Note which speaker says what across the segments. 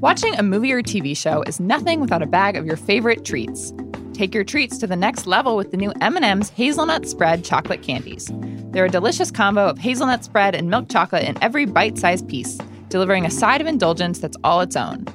Speaker 1: Watching a movie or TV show is nothing without a bag of your favorite treats. Take your treats to the next level with the new M&M's Hazelnut Spread chocolate candies. They're a delicious combo of hazelnut spread and milk chocolate in every bite-sized piece, delivering a side of indulgence that's all its own.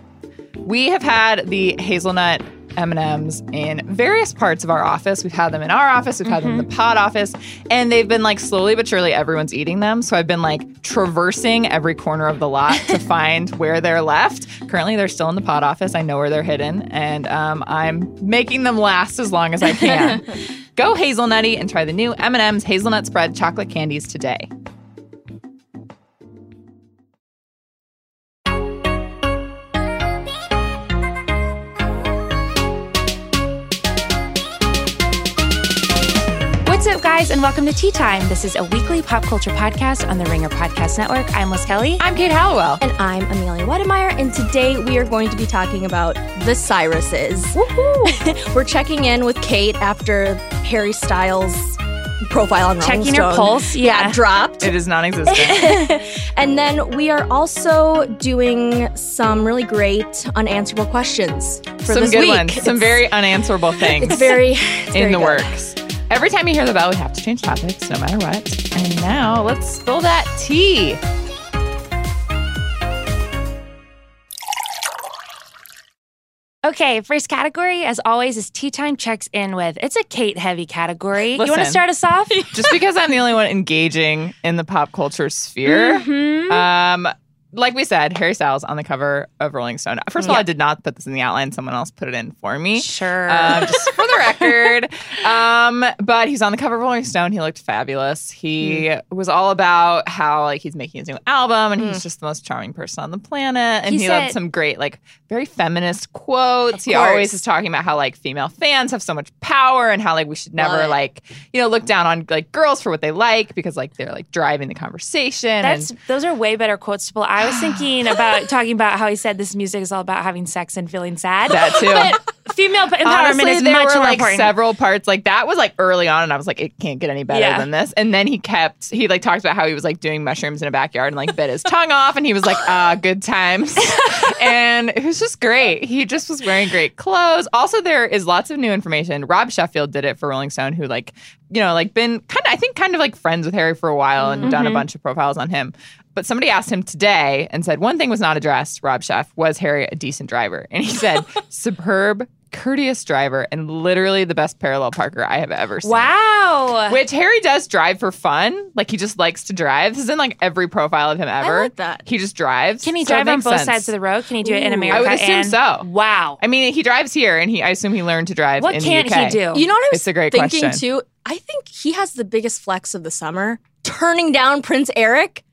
Speaker 1: We have had the hazelnut M&Ms in various parts of our office. We've had them in our office, we've had them
Speaker 2: Mm-hmm.
Speaker 1: in the pod office, and they've been like slowly but surely everyone's eating them. So I've been like traversing every corner of the lot to find where they're left. Currently, they're still in the pod office. I know where they're hidden, and um, I'm making them last as long as I can. Go hazelnutty and try the new M&Ms hazelnut spread chocolate candies today.
Speaker 3: What's up, guys, and welcome to Tea Time. This is a weekly pop culture podcast on the Ringer Podcast Network. I'm Liz Kelly.
Speaker 1: I'm Kate Hallowell.
Speaker 2: And I'm Amelia Wedemeyer, and today we are going to be talking about the Cyruses. We're checking in with Kate after Harry Styles' profile on Rolling
Speaker 3: Checking your
Speaker 2: Stone
Speaker 3: pulse, yeah.
Speaker 2: dropped.
Speaker 1: It is non-existent.
Speaker 2: and then we are also doing some really great unanswerable questions for
Speaker 1: Some
Speaker 2: this
Speaker 1: good
Speaker 2: week.
Speaker 1: ones. Some
Speaker 2: It's-
Speaker 1: very unanswerable things.
Speaker 2: it's very it's
Speaker 1: in
Speaker 2: very
Speaker 1: the
Speaker 2: good.
Speaker 1: works. Every time you hear the bell, we have to change topics no matter what. And now let's spill that tea.
Speaker 3: Okay, first category, as always, is Tea Time checks in with. It's a Kate heavy category. you want to
Speaker 1: Listen.
Speaker 3: start us off?
Speaker 1: Just because I'm the only one engaging in the pop culture sphere.
Speaker 2: Mm-hmm.
Speaker 3: Mhm.
Speaker 1: Um, like we said, Harry Styles on the cover of Rolling Stone. First of all, I did not put this in the outline. Someone else put it in for me.
Speaker 3: Sure.
Speaker 1: Um, just for the record. Um, but he's on the cover of Rolling Stone. He looked fabulous. He
Speaker 3: Hmm.
Speaker 1: was all about how like he's making his new album and he's just the most charming person on the planet. And
Speaker 3: Hmm. He
Speaker 1: he, had
Speaker 3: said-
Speaker 1: some great like very feminist quotes. He
Speaker 2: course.
Speaker 1: always is talking about how like female fans have so much power and how like we should never
Speaker 2: it.
Speaker 1: like you know look down on like girls for what they like because like they're like driving the conversation.
Speaker 3: That's
Speaker 1: and
Speaker 3: those are way better quotes to pull. I was thinking about talking about how he said this music is all about having sex and feeling sad.
Speaker 1: that too.
Speaker 3: But female empowerment
Speaker 1: Honestly,
Speaker 3: is
Speaker 1: there
Speaker 3: much
Speaker 1: were
Speaker 3: more
Speaker 1: like
Speaker 3: important.
Speaker 1: several parts like that was like early on, and I was like, it can't get any better
Speaker 3: Yeah.
Speaker 1: than this. And then he kept he like talked about how he was like doing mushrooms in a backyard and like bit his tongue off, and he was like, ah, good times. and it was just great. He just was wearing great clothes. Also, there is lots of new information. Rob Sheffield did it for Rolling Stone, who like you know like been kind of I think kind of like friends with Harry for a while and done a bunch of profiles on him. But somebody asked him today and said one thing was not addressed. Rob Chef was Harry a decent driver, and he said superb, courteous driver, and literally the best parallel parker I have ever seen.
Speaker 3: wow.
Speaker 1: Which Harry does drive for fun. Like he just likes to drive. This is in like every profile of him ever.
Speaker 2: like that.
Speaker 1: He just drives.
Speaker 3: Can he
Speaker 1: So it
Speaker 3: drive on
Speaker 1: makes
Speaker 3: both
Speaker 1: sense.
Speaker 3: sides of the road? Can he do it in America?
Speaker 1: would assume
Speaker 3: and-
Speaker 1: so.
Speaker 3: Wow.
Speaker 1: I mean, he drives here, and he I assume he learned to drive.
Speaker 3: What
Speaker 1: in
Speaker 3: can't
Speaker 1: the UK.
Speaker 3: he do?
Speaker 2: You know what I was
Speaker 1: It's a great
Speaker 2: thinking
Speaker 1: question.
Speaker 2: too? I think he has the biggest flex of the summer. Turning down Prince Eric.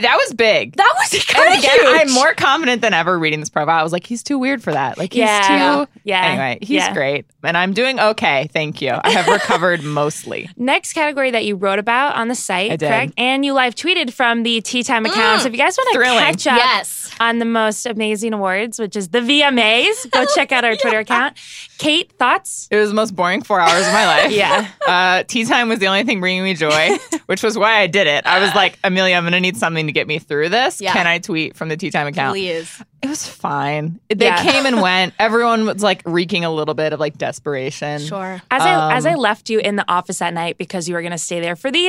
Speaker 1: That was big.
Speaker 2: That was kind
Speaker 1: and
Speaker 2: of
Speaker 1: again,
Speaker 2: huge.
Speaker 1: I'm more confident than ever reading this profile. I was like, he's too weird for that. Like, he's
Speaker 3: Yeah.
Speaker 1: too.
Speaker 3: Yeah.
Speaker 1: Anyway, he's
Speaker 3: Yeah.
Speaker 1: great. And I'm doing okay. Thank you. I have recovered mostly.
Speaker 3: Next category that you wrote about on the
Speaker 1: I
Speaker 3: site,
Speaker 1: did.
Speaker 3: correct? And you live tweeted from the Tea Time account. So if you guys want to
Speaker 1: Thrilling.
Speaker 3: catch up
Speaker 2: Yes.
Speaker 3: on the most amazing awards, which is the VMAs, go check out our Twitter account. Kate, thoughts?
Speaker 1: It was the most boring four hours of my life.
Speaker 3: Yeah.
Speaker 1: Uh, tea time was the only thing bringing me joy, which was why I did it. I was like, Amelia, I'm going to need something to get me through this.
Speaker 2: Yeah.
Speaker 1: Can I tweet from the tea time account?
Speaker 2: Please.
Speaker 1: It was fine. They
Speaker 3: Yeah.
Speaker 1: came and went. Everyone was like reeking a little bit of like desperation.
Speaker 2: Sure.
Speaker 3: As I as
Speaker 1: Um,
Speaker 3: I left you in the office that night because you were going to stay there for the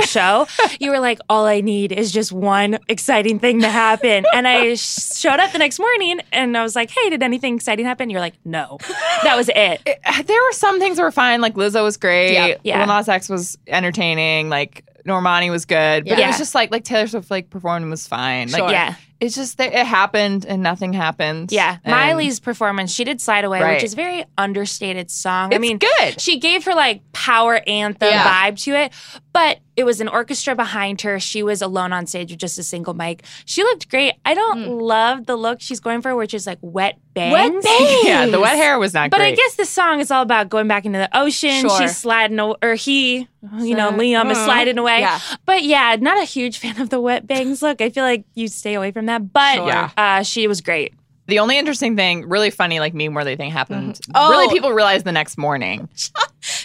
Speaker 3: show, you were like, "All I need is just one exciting thing to happen." And I sh- showed up the next morning and I was like, "Hey, did anything exciting happen?" You're like, "No, that was it."
Speaker 1: Uh, there were some things that were fine. Like Lizzo was great.
Speaker 2: Yeah,
Speaker 3: yeah.
Speaker 1: Lil Nas X was entertaining. Like Normani was good. But it
Speaker 2: Yeah.
Speaker 1: was just like like Taylor Swift like performed and was fine. Like,
Speaker 2: Sure.
Speaker 3: Yeah.
Speaker 1: It's just that it happened and nothing happened.
Speaker 3: Yeah,
Speaker 1: And
Speaker 3: Miley's performance, she did Slide Away,
Speaker 1: Right.
Speaker 3: which is a very understated song. I
Speaker 1: It's
Speaker 3: mean,
Speaker 1: good.
Speaker 3: She gave her like power anthem
Speaker 2: Yeah.
Speaker 3: vibe to it, but it was an orchestra behind her. She was alone on stage with just a single mic. She looked great. I don't
Speaker 1: Mm.
Speaker 3: love the look she's going for, which is like wet bangs.
Speaker 2: bangs.
Speaker 1: Yeah, the wet hair was not
Speaker 3: But
Speaker 1: great.
Speaker 3: I guess this song is all about going back into the ocean.
Speaker 2: Sure.
Speaker 3: She's sliding, aw- or he, you know, Liam is
Speaker 1: Mm-hmm.
Speaker 2: Mhm.
Speaker 3: sliding away.
Speaker 2: Yeah.
Speaker 3: But yeah, not a huge fan of the wet bangs look. I feel like you stay away from that. But
Speaker 1: Sure. Yeah.
Speaker 3: uh, she was great.
Speaker 1: the only interesting thing, really funny, like meme worthy thing happened.
Speaker 2: Oh.
Speaker 1: Really, people realized the next morning.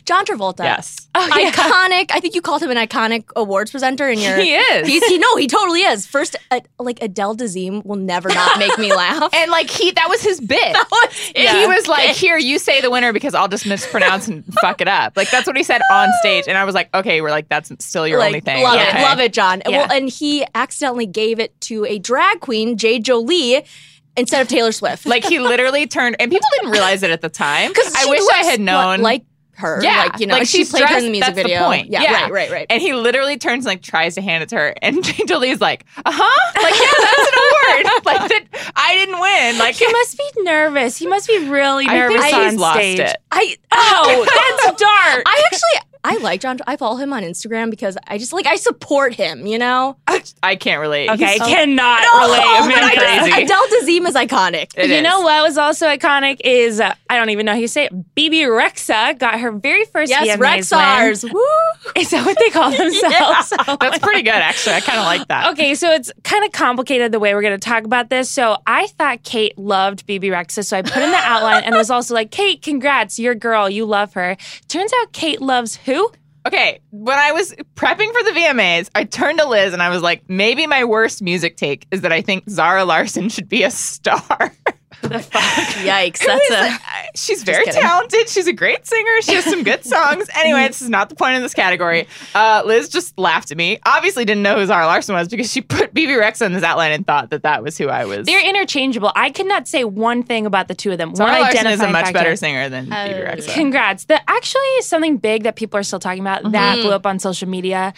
Speaker 2: John Travolta.
Speaker 1: Yes.
Speaker 3: Oh, yeah.
Speaker 2: Iconic. I think you called him an iconic awards presenter in your.
Speaker 1: He is.
Speaker 2: He's, he no, he totally is. First, uh, like Adele Dazeem will never not make me laugh.
Speaker 1: and like he, that was his bit. He
Speaker 3: Yeah.
Speaker 1: was like, "Here, you say the winner because I'll just mispronounce and fuck it up." Like that's what he said on stage, and I was like, "Okay, we're like that's still your
Speaker 2: like,
Speaker 1: only thing."
Speaker 2: Love
Speaker 1: okay.
Speaker 2: it, love it, John. And
Speaker 3: Yeah.
Speaker 2: Well, and he accidentally gave it to a drag queen, Jay Jolie, instead of Taylor Swift.
Speaker 1: Like he literally turned, and people didn't realize it at the time.
Speaker 2: because
Speaker 1: I wish I had known.
Speaker 2: like her.
Speaker 1: Yeah,
Speaker 2: like you know,
Speaker 1: like
Speaker 2: and she
Speaker 1: she's
Speaker 2: played her in the
Speaker 1: dressed- that's
Speaker 2: music
Speaker 1: the
Speaker 2: video.
Speaker 1: point.
Speaker 2: Yeah,
Speaker 1: Yeah.
Speaker 2: right, right, right.
Speaker 1: and he literally turns and like tries to hand it to her, and Jolie's like, "Uh huh," like yeah, that's an award. like that, I didn't win. Like
Speaker 3: He must be nervous. He must be really
Speaker 1: I
Speaker 3: nervous
Speaker 1: think
Speaker 3: on
Speaker 1: he's
Speaker 3: stage.
Speaker 1: lost it.
Speaker 2: I
Speaker 3: Oh, that's dark.
Speaker 2: I actually I like John. I follow him on Instagram because I just like I support him. You know,
Speaker 1: I can't relate.
Speaker 3: okay, I
Speaker 1: He's-
Speaker 3: cannot relate.
Speaker 1: Oh,
Speaker 3: man,
Speaker 1: but I
Speaker 3: crazy.
Speaker 1: crazy.
Speaker 2: Adele Dazeem is iconic.
Speaker 1: It
Speaker 3: you
Speaker 1: is.
Speaker 3: know what was also iconic is uh, I don't even know how you say it. BB Rexa got her very first VMAs
Speaker 2: Yes, Rexars. Woo!
Speaker 3: win. Is that what they call themselves?
Speaker 1: That's pretty good, actually. I kind of like that.
Speaker 3: Okay, so it's kind of complicated the way we're going to talk about this. So I thought Kate loved BB Rexa, so I put in the outline and was also like, Kate, congrats, your girl, you love her. Turns out Kate loves who?
Speaker 1: Okay, when I was prepping for the VMAs, I turned to Liz and I was like, maybe my worst music take is that I think Zara Larson should be a star.
Speaker 2: Yikes! That's a
Speaker 1: She's very
Speaker 2: kidding.
Speaker 1: talented. She's a great singer. She has some good songs. Anyway, this is not the point of this category. Uh, Liz just laughed at me. Obviously, didn't know who Zara Larson was because she put BB Rex on this outline and thought that that was who I was.
Speaker 3: They're interchangeable. I could not say one thing about the two of them.
Speaker 1: Zara
Speaker 3: one
Speaker 1: Larson is a
Speaker 3: identifying
Speaker 1: much
Speaker 3: factor.
Speaker 1: better singer than
Speaker 2: Oh,
Speaker 1: BB Rex.
Speaker 3: Congrats. The actually something big that people are still talking about
Speaker 2: Mm-hmm.
Speaker 3: that blew up on social media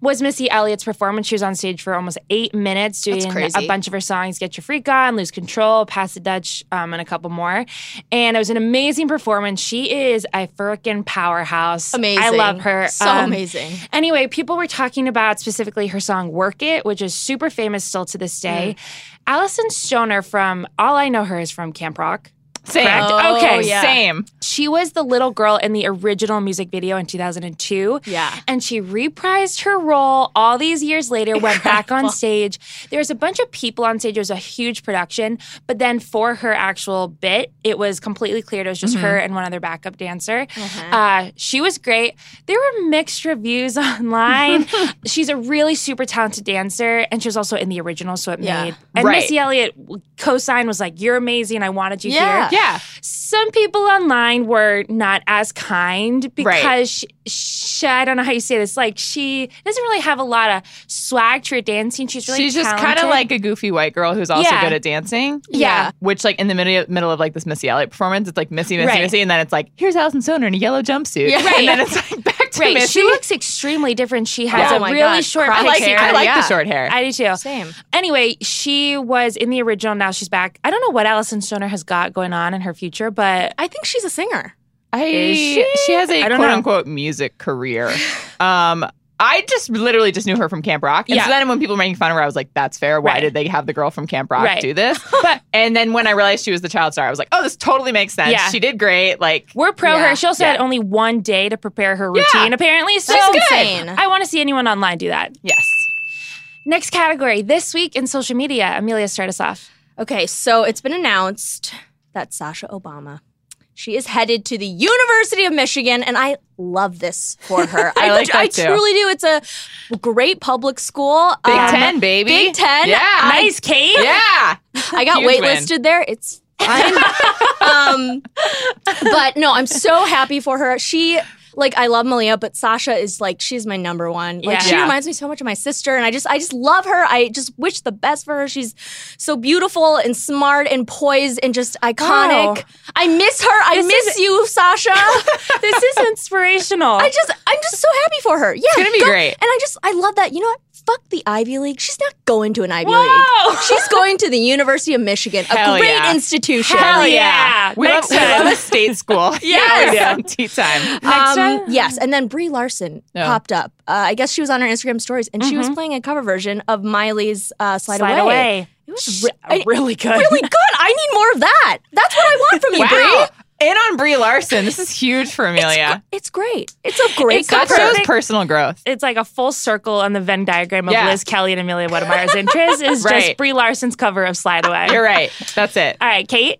Speaker 3: was Missy Elliott's performance. She was on stage for almost eight minutes doing
Speaker 2: crazy.
Speaker 3: a bunch of her songs, Get Your Freak On, Lose Control, Pass the Dutch, um, and a couple more. And it was an amazing performance. She is a freaking powerhouse.
Speaker 2: amazing.
Speaker 3: I love her.
Speaker 2: So
Speaker 3: Um,
Speaker 2: amazing.
Speaker 3: Anyway, people were talking about specifically her song Work It, which is super famous still to this day.
Speaker 2: Mm.
Speaker 3: Allison Stoner from all I know her is from Camp Rock.
Speaker 1: Same.
Speaker 3: Correct.
Speaker 2: Oh,
Speaker 3: okay.
Speaker 2: yeah.
Speaker 1: Same.
Speaker 3: She was the little girl in the original music video in 2002.
Speaker 2: Yeah.
Speaker 3: And she reprised her role all these years later, went back on stage. There was a bunch of people on stage. It was a huge production. But then for her actual bit, it was completely cleared. It was just
Speaker 2: Mm-hmm.
Speaker 3: her and one other backup dancer. Uh, she was great. There were mixed reviews online. She's a really super talented dancer. And she was also in the original, so it
Speaker 2: Yeah.
Speaker 3: made. And
Speaker 1: Right.
Speaker 3: Missy Elliott co-sign was like, You're amazing. I wanted you here
Speaker 2: Yeah.
Speaker 1: Yeah.
Speaker 3: some people online were not as kind because
Speaker 1: Right.
Speaker 3: she, she, I don't know how you say this. Like she doesn't really have a lot of swag to her dancing. She's really
Speaker 1: She's just kind
Speaker 3: talented.
Speaker 1: of like a goofy white girl who's also
Speaker 3: Yeah.
Speaker 1: good at dancing.
Speaker 3: yeah.
Speaker 1: Which, like, in the middle, middle of like this Missy Elliott performance, it's like Missy, Missy,
Speaker 3: Right.
Speaker 1: Missy, and then it's like, here's Alison Stoner in a yellow jumpsuit,
Speaker 2: Yeah.
Speaker 1: and then it's like back to
Speaker 3: Right,
Speaker 1: Missy.
Speaker 3: she looks extremely different. She has
Speaker 2: Oh
Speaker 3: a
Speaker 2: my
Speaker 3: really
Speaker 2: God,
Speaker 3: short.
Speaker 2: crop
Speaker 1: I like,
Speaker 3: pigtail.
Speaker 1: I like
Speaker 2: Yeah.
Speaker 1: the short hair.
Speaker 3: I do too.
Speaker 2: Same.
Speaker 3: Anyway, she was in the original. Now she's back. I don't know what Allison Stoner has got going on in her future, but
Speaker 2: I think she's a singer.
Speaker 1: I-
Speaker 3: Is
Speaker 1: she?
Speaker 3: she?
Speaker 1: has a
Speaker 3: I
Speaker 1: quote
Speaker 3: don't know.
Speaker 1: unquote music career. Um, I just literally just knew her from Camp Rock, and
Speaker 3: Yeah.
Speaker 1: so then when people were making fun of her, I was like, "That's fair. Why
Speaker 3: Right.
Speaker 1: did they have the girl from Camp Rock
Speaker 3: Right.
Speaker 1: do this?"
Speaker 3: but
Speaker 1: and then when I realized she was the child star, I was like, "Oh, this totally makes sense.
Speaker 3: Yeah.
Speaker 1: She did great. Like,
Speaker 3: we're pro
Speaker 2: Yeah.
Speaker 3: her. She also
Speaker 1: Yeah.
Speaker 3: had only one day to prepare her routine, apparently. So
Speaker 2: That's insane.
Speaker 3: I want to see anyone online do that.
Speaker 1: yes,
Speaker 3: Next category this week in social media. Amelia, start us off.
Speaker 2: Okay, so it's been announced that Sasha Obama. She is headed to the University of Michigan, and I love this for her.
Speaker 1: I like that
Speaker 2: I
Speaker 1: too.
Speaker 2: truly do. It's a great public school.
Speaker 1: Big
Speaker 2: Um,
Speaker 1: Ten, baby.
Speaker 2: Big Ten.
Speaker 1: Yeah.
Speaker 3: nice, Kate.
Speaker 1: yeah.
Speaker 2: I got
Speaker 1: Huge win.
Speaker 2: waitlisted there. It's fine. um, but no, I'm so happy for her. She like I love Malia, but Sasha is like she's my number one. Like
Speaker 3: Yeah.
Speaker 2: she
Speaker 1: Yeah.
Speaker 2: reminds me so much of my sister, and I just I just love her. I just wish the best for her. She's so beautiful and smart and poised and just
Speaker 3: Wow.
Speaker 2: iconic. I miss her. I
Speaker 3: This
Speaker 2: miss
Speaker 3: is-
Speaker 2: you, Sasha.
Speaker 3: This is inspirational.
Speaker 2: I just I'm just so happy for her. Yeah, it's
Speaker 1: gonna be great.
Speaker 2: And I just I love that. You know what? Fuck the Ivy League. She's not going to an Ivy
Speaker 3: Whoa.
Speaker 2: League. She's going to the University of Michigan, a
Speaker 1: Hell
Speaker 2: great
Speaker 1: yeah.
Speaker 2: institution. Um,
Speaker 3: Hell yeah.
Speaker 1: We love,
Speaker 3: Next
Speaker 1: we love
Speaker 3: time.
Speaker 1: a state school.
Speaker 2: Yes.
Speaker 1: yeah. Tea time.
Speaker 3: Next
Speaker 2: Um,
Speaker 3: one?
Speaker 2: yes, and then Brie Larson
Speaker 1: Yeah.
Speaker 2: popped up. Uh, I guess she was on her Instagram stories, and she was playing a cover version of Miley's uh, "Slide,
Speaker 3: slide
Speaker 2: Away."
Speaker 3: away.
Speaker 2: It was re- I-
Speaker 3: really good.
Speaker 2: really good. I need more of that. That's what I want from you,
Speaker 1: Wow.
Speaker 2: Brie.
Speaker 1: In on Brie Larson. This is huge for Amelia.
Speaker 2: It's great. It's a great
Speaker 3: It's
Speaker 1: That
Speaker 3: got
Speaker 2: cover.
Speaker 1: shows
Speaker 3: perfect.
Speaker 1: personal growth.
Speaker 3: It's like a full circle on the Venn diagram of
Speaker 1: Yeah.
Speaker 3: Liz Kelly and Amelia Wedemar's interest is
Speaker 1: Right.
Speaker 3: just Brie Larson's cover of Slide Away.
Speaker 1: You're right. That's it.
Speaker 3: All right, Kate.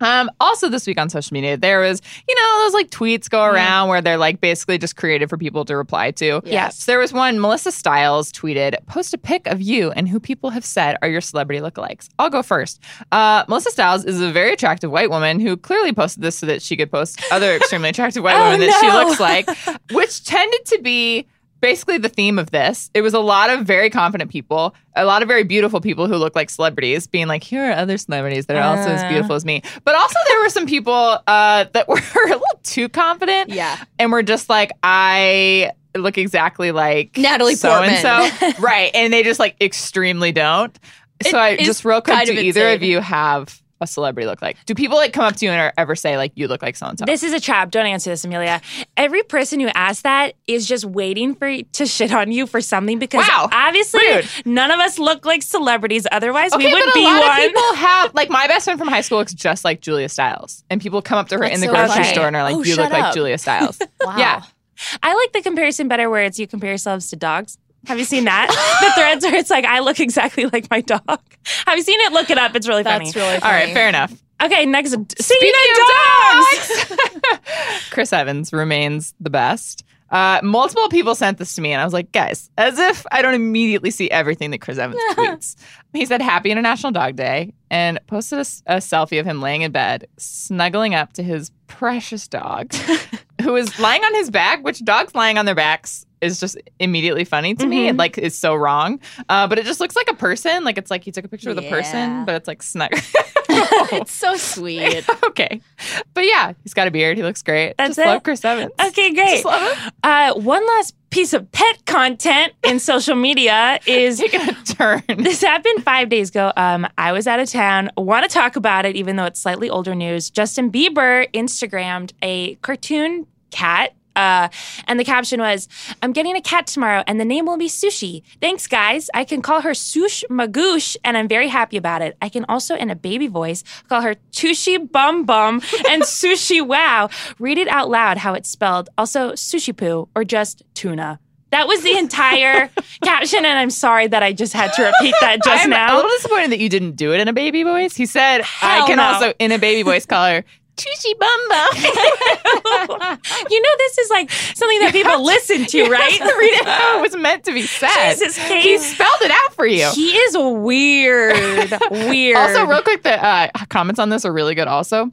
Speaker 1: Um, also, this week on social media, there was, you know, those like tweets go around where they're like basically just created for people to reply to.
Speaker 3: Yes.
Speaker 1: So there was one, Melissa Stiles tweeted, post a pic of you and who people have said are your celebrity lookalikes. I'll go first. Uh, Melissa Stiles is a very attractive white woman who clearly posted this so that she could post other extremely attractive white
Speaker 3: Oh,
Speaker 1: women that she
Speaker 3: no.
Speaker 1: looks like, which tended to be. Basically, the theme of this, it was a lot of very confident people, a lot of very beautiful people who look like celebrities, being like, "Here are other celebrities that are also as
Speaker 3: Uh.
Speaker 1: beautiful as me." But also, there were some people uh, that were a little too confident,
Speaker 2: Yeah.
Speaker 1: and were just like, "I look exactly like
Speaker 2: Natalie
Speaker 1: so and so, right?" And they just like extremely don't. So
Speaker 2: It
Speaker 1: I
Speaker 2: is
Speaker 1: just real quick,
Speaker 2: kind
Speaker 1: do
Speaker 2: of
Speaker 1: either of
Speaker 2: insane.
Speaker 1: you have a celebrity look like? Do people like come up to you and are, ever say like, "You look like so and so"?
Speaker 3: This is a trap. Don't answer this, Amelia. Every person who asks that is just waiting for to shit on you for something because
Speaker 1: Wow.
Speaker 3: obviously
Speaker 1: Rude.
Speaker 3: none of us look like celebrities. Otherwise,
Speaker 1: Okay,
Speaker 3: we would
Speaker 1: but a
Speaker 3: be
Speaker 1: lot
Speaker 3: one.
Speaker 1: of people have like my best friend from high school looks just like Julia Stiles, and people come up to her
Speaker 2: That's
Speaker 1: in the
Speaker 2: so
Speaker 1: grocery
Speaker 3: funny.
Speaker 1: store and are like,
Speaker 2: Oh,
Speaker 1: "You look
Speaker 2: shut
Speaker 1: like
Speaker 2: up.
Speaker 1: Julia Stiles."
Speaker 2: Wow.
Speaker 1: Yeah.
Speaker 3: I like the comparison better where it's you compare yourselves to dogs. Have you seen that? the threads where it's like I look exactly like my dog. Have you seen it? Look it up. It's really funny.
Speaker 2: That's really funny.
Speaker 1: All right, fair enough.
Speaker 3: okay, next. Speaking
Speaker 1: Speaking
Speaker 3: of
Speaker 1: of
Speaker 3: dogs.
Speaker 1: Chris Evans remains the best. Uh, multiple people sent this to me, and I was like, guys, as if I don't immediately see everything that Chris Evans tweets. He said, Happy International Dog Day, and posted a, s- a selfie of him laying in bed, snuggling up to his precious dog, who is lying on his back, which dogs lying on their backs is just immediately funny to me.
Speaker 3: Mhm.
Speaker 1: It like is so wrong. Uh, but it just looks like a person. Like it's like he took a picture with a person,
Speaker 2: Yeah.
Speaker 1: but it's like snug.
Speaker 2: It's so sweet.
Speaker 1: okay. But yeah, he's got a beard. He looks great.
Speaker 3: That's
Speaker 1: Just love
Speaker 3: it?
Speaker 1: Chris Evans.
Speaker 3: Okay, great.
Speaker 1: Just love him.
Speaker 3: Uh, one last piece of pet content in social media is
Speaker 1: Taking a turn.
Speaker 3: this happened five days ago. Um, I was out of town. Want to talk about it, even though it's slightly older news. Justin Bieber Instagrammed a cartoon cat. Uh, and the caption was, I'm getting a cat tomorrow and the name will be Sushi. Thanks, guys. I can call her Sush Magoosh and I'm very happy about it. I can also, in a baby voice, call her Tushi Bum Bum and Sushi Wow. Read it out loud how it's spelled. Also, Sushi Poo or just Tuna. That was the entire caption, and I'm sorry that I just had to repeat that just
Speaker 1: I'm a
Speaker 3: now.
Speaker 1: little disappointed that you didn't do it in a baby voice. He said, I
Speaker 3: Hell
Speaker 1: can
Speaker 3: no.
Speaker 1: also, in a baby voice, call her Tushy Bumbo.
Speaker 3: you know, this is like something that people listen to, right?
Speaker 1: Read it how it was meant to be said.
Speaker 3: Jesus, Kate.
Speaker 1: he spelled it out for you.
Speaker 3: He is weird, weird.
Speaker 1: Also, real quick, the uh, comments on this are really good. Also,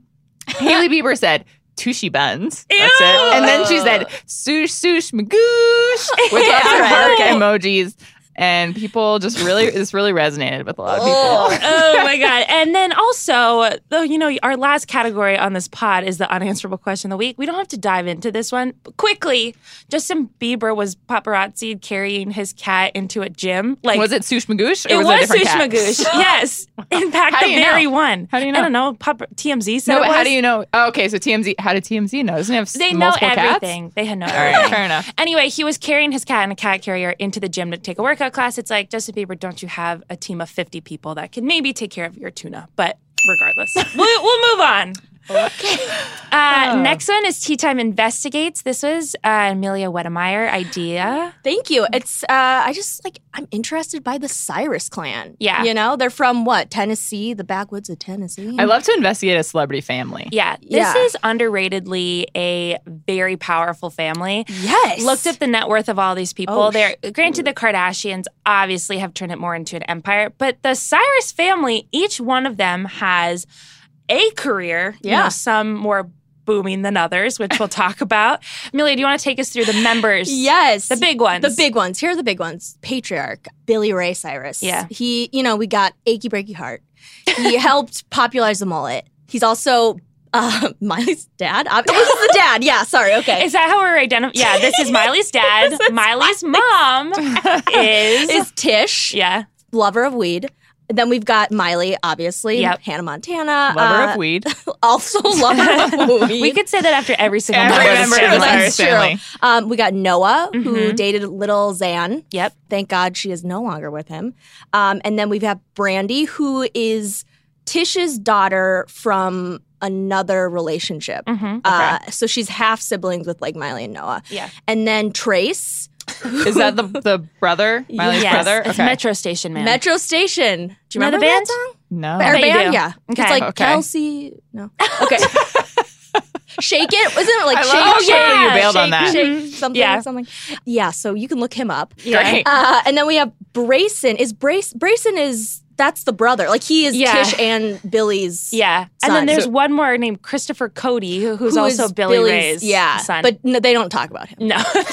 Speaker 1: Haley Bieber said tushy buns. That's
Speaker 3: Ew.
Speaker 1: it. And then she said sush sush magoosh with lots of
Speaker 3: Ew.
Speaker 1: heart emojis. And people just really, this really resonated with a lot of people.
Speaker 3: oh my god! And then also, though, you know, our last category on this pod is the unanswerable question of the week. We don't have to dive into this one but quickly. Justin Bieber was paparazzi carrying his cat into a gym. Like
Speaker 1: was it sush magoosh? Or
Speaker 3: It
Speaker 1: was, it
Speaker 3: was,
Speaker 1: a different cat?
Speaker 3: Sushmagoosh. yes. In fact,
Speaker 1: How do
Speaker 3: the
Speaker 1: you
Speaker 3: very
Speaker 1: know?
Speaker 3: one.
Speaker 1: How do you know?
Speaker 3: I don't know. Pop- TMZ said
Speaker 1: No,
Speaker 3: it
Speaker 1: but
Speaker 3: was.
Speaker 1: how do you know? Oh, okay, so TMZ, how did TMZ know? Doesn't it have s-
Speaker 3: They know
Speaker 1: multiple
Speaker 3: everything. They had no
Speaker 1: cats? All
Speaker 3: idea.
Speaker 1: right, fair enough.
Speaker 3: Anyway, he was carrying his cat in a cat carrier into the gym to take a workout class. It's like, Justin Bieber, don't you have a team of 50 people that can maybe take care of your tuna? But regardless, we'll, we'll move on. Uh,
Speaker 1: Oh.
Speaker 3: Next one is Tea Time Investigates. This was uh, Amelia Wedemeyer idea.
Speaker 2: Thank you. It's uh, I just like I'm interested by the Cyrus clan.
Speaker 3: Yeah.
Speaker 2: you know they're from what Tennessee, the backwoods of Tennessee.
Speaker 1: I love to investigate a celebrity family.
Speaker 3: Yeah, this
Speaker 2: Yeah.
Speaker 3: is underratedly a very powerful family.
Speaker 2: Yes,
Speaker 3: looked at the net worth of all these people.
Speaker 2: Oh,
Speaker 3: They're granted the Kardashians obviously have turned it more into an empire, but the Cyrus family, each one of them has a career. you
Speaker 2: Yeah.
Speaker 3: know, some more booming than others, which we'll talk about. Amelia, do you want to take us through the members?
Speaker 2: yes,
Speaker 3: the big ones.
Speaker 2: The big ones. Here are the big ones. Patriarch, Billy Ray Cyrus.
Speaker 3: Yeah.
Speaker 2: He, you know, we got Achy Breaky Heart. He helped popularize the mullet. He's also uh, Miley's dad. Ob- this is the dad. Yeah, sorry. Okay.
Speaker 3: Is that how we're identified? Yeah, this is Miley's dad. Miley's mom is,
Speaker 2: Is Tish,
Speaker 3: yeah,
Speaker 2: lover of weed. Then we've got Miley, obviously.
Speaker 3: Yep.
Speaker 2: Hannah Montana.
Speaker 1: Lover
Speaker 2: uh,
Speaker 1: of weed.
Speaker 2: Also lover of weed.
Speaker 3: we could say that after every single
Speaker 1: Every
Speaker 3: member of the
Speaker 1: member of
Speaker 3: family.
Speaker 1: the Cyrus
Speaker 2: That's true.
Speaker 1: family.
Speaker 2: Um, we got Noah, who
Speaker 3: Mhm.
Speaker 2: dated little Zan.
Speaker 3: Yep.
Speaker 2: Thank God she is no longer with him. Um, and then we have Brandy, who is Tish's daughter from another relationship.
Speaker 3: Mhm.
Speaker 2: Uh, so she's half siblings with like Miley and Noah.
Speaker 3: Yeah.
Speaker 2: And then Trace,
Speaker 1: Is that the the brother? Miley's
Speaker 3: yes,
Speaker 1: brother?
Speaker 3: It's Metro Station Man.
Speaker 2: Metro Station. Do you
Speaker 3: Know the
Speaker 2: remember that
Speaker 3: band?
Speaker 2: song?
Speaker 1: No.
Speaker 2: Their
Speaker 3: They do.
Speaker 2: band, yeah. It's
Speaker 3: Okay.
Speaker 2: like
Speaker 1: Oh, Okay.
Speaker 2: Kelsey. No. Okay. shake it. Wasn't it like
Speaker 1: I
Speaker 2: shake?
Speaker 1: love how
Speaker 2: shake,
Speaker 1: quickly Oh, you
Speaker 3: yeah,
Speaker 1: bailed on
Speaker 2: shake,
Speaker 1: that.
Speaker 2: shake, something,
Speaker 3: Yeah.
Speaker 2: something. Yeah. So you can look him up.
Speaker 1: Great.
Speaker 2: Uh, and then we have Brayson. Is Brace Brayson is that's the brother. Like he is
Speaker 3: Yeah.
Speaker 2: Tish and Billy's.
Speaker 3: Yeah. And
Speaker 2: Son.
Speaker 3: then there's
Speaker 2: So-
Speaker 3: one more named Christopher Cody, who- who's
Speaker 2: who
Speaker 3: also
Speaker 2: is
Speaker 3: Billy
Speaker 2: Billy's-
Speaker 3: Ray's
Speaker 2: yeah,
Speaker 3: son.
Speaker 2: but no, they don't talk about him.
Speaker 3: no,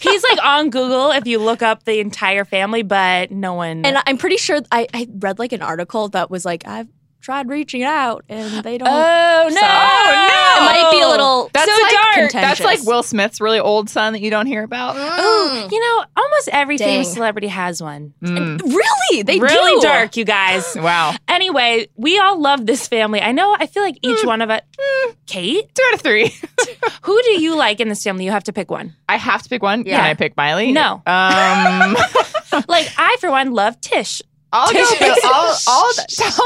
Speaker 3: he's like on Google if you look up the entire family, but no one.
Speaker 2: And I'm pretty sure I, I read like an article that was like I've tried reaching out and they don't.
Speaker 3: oh
Speaker 2: So- It might be a little.
Speaker 1: That's
Speaker 2: so
Speaker 1: like
Speaker 2: dark.
Speaker 1: That's like Will Smith's really old son that you don't hear about.
Speaker 2: Mm.
Speaker 3: You know, almost every
Speaker 2: Dang.
Speaker 3: famous celebrity has one.
Speaker 1: Mm.
Speaker 2: Really, they
Speaker 3: really
Speaker 2: do.
Speaker 3: dark, you guys.
Speaker 1: Wow.
Speaker 3: anyway, we all love this family. I know. I feel like each
Speaker 2: Mm.
Speaker 3: one of us. Kate,
Speaker 1: Two out of three.
Speaker 3: who do you like in this family? You have to pick one.
Speaker 1: I have to pick one.
Speaker 2: Yeah.
Speaker 1: Can I pick Miley?
Speaker 3: No.
Speaker 1: Um,
Speaker 3: Like I, for one, love Tish.
Speaker 1: I'll, go,
Speaker 3: Tish-
Speaker 1: Bill- I'll, I'll,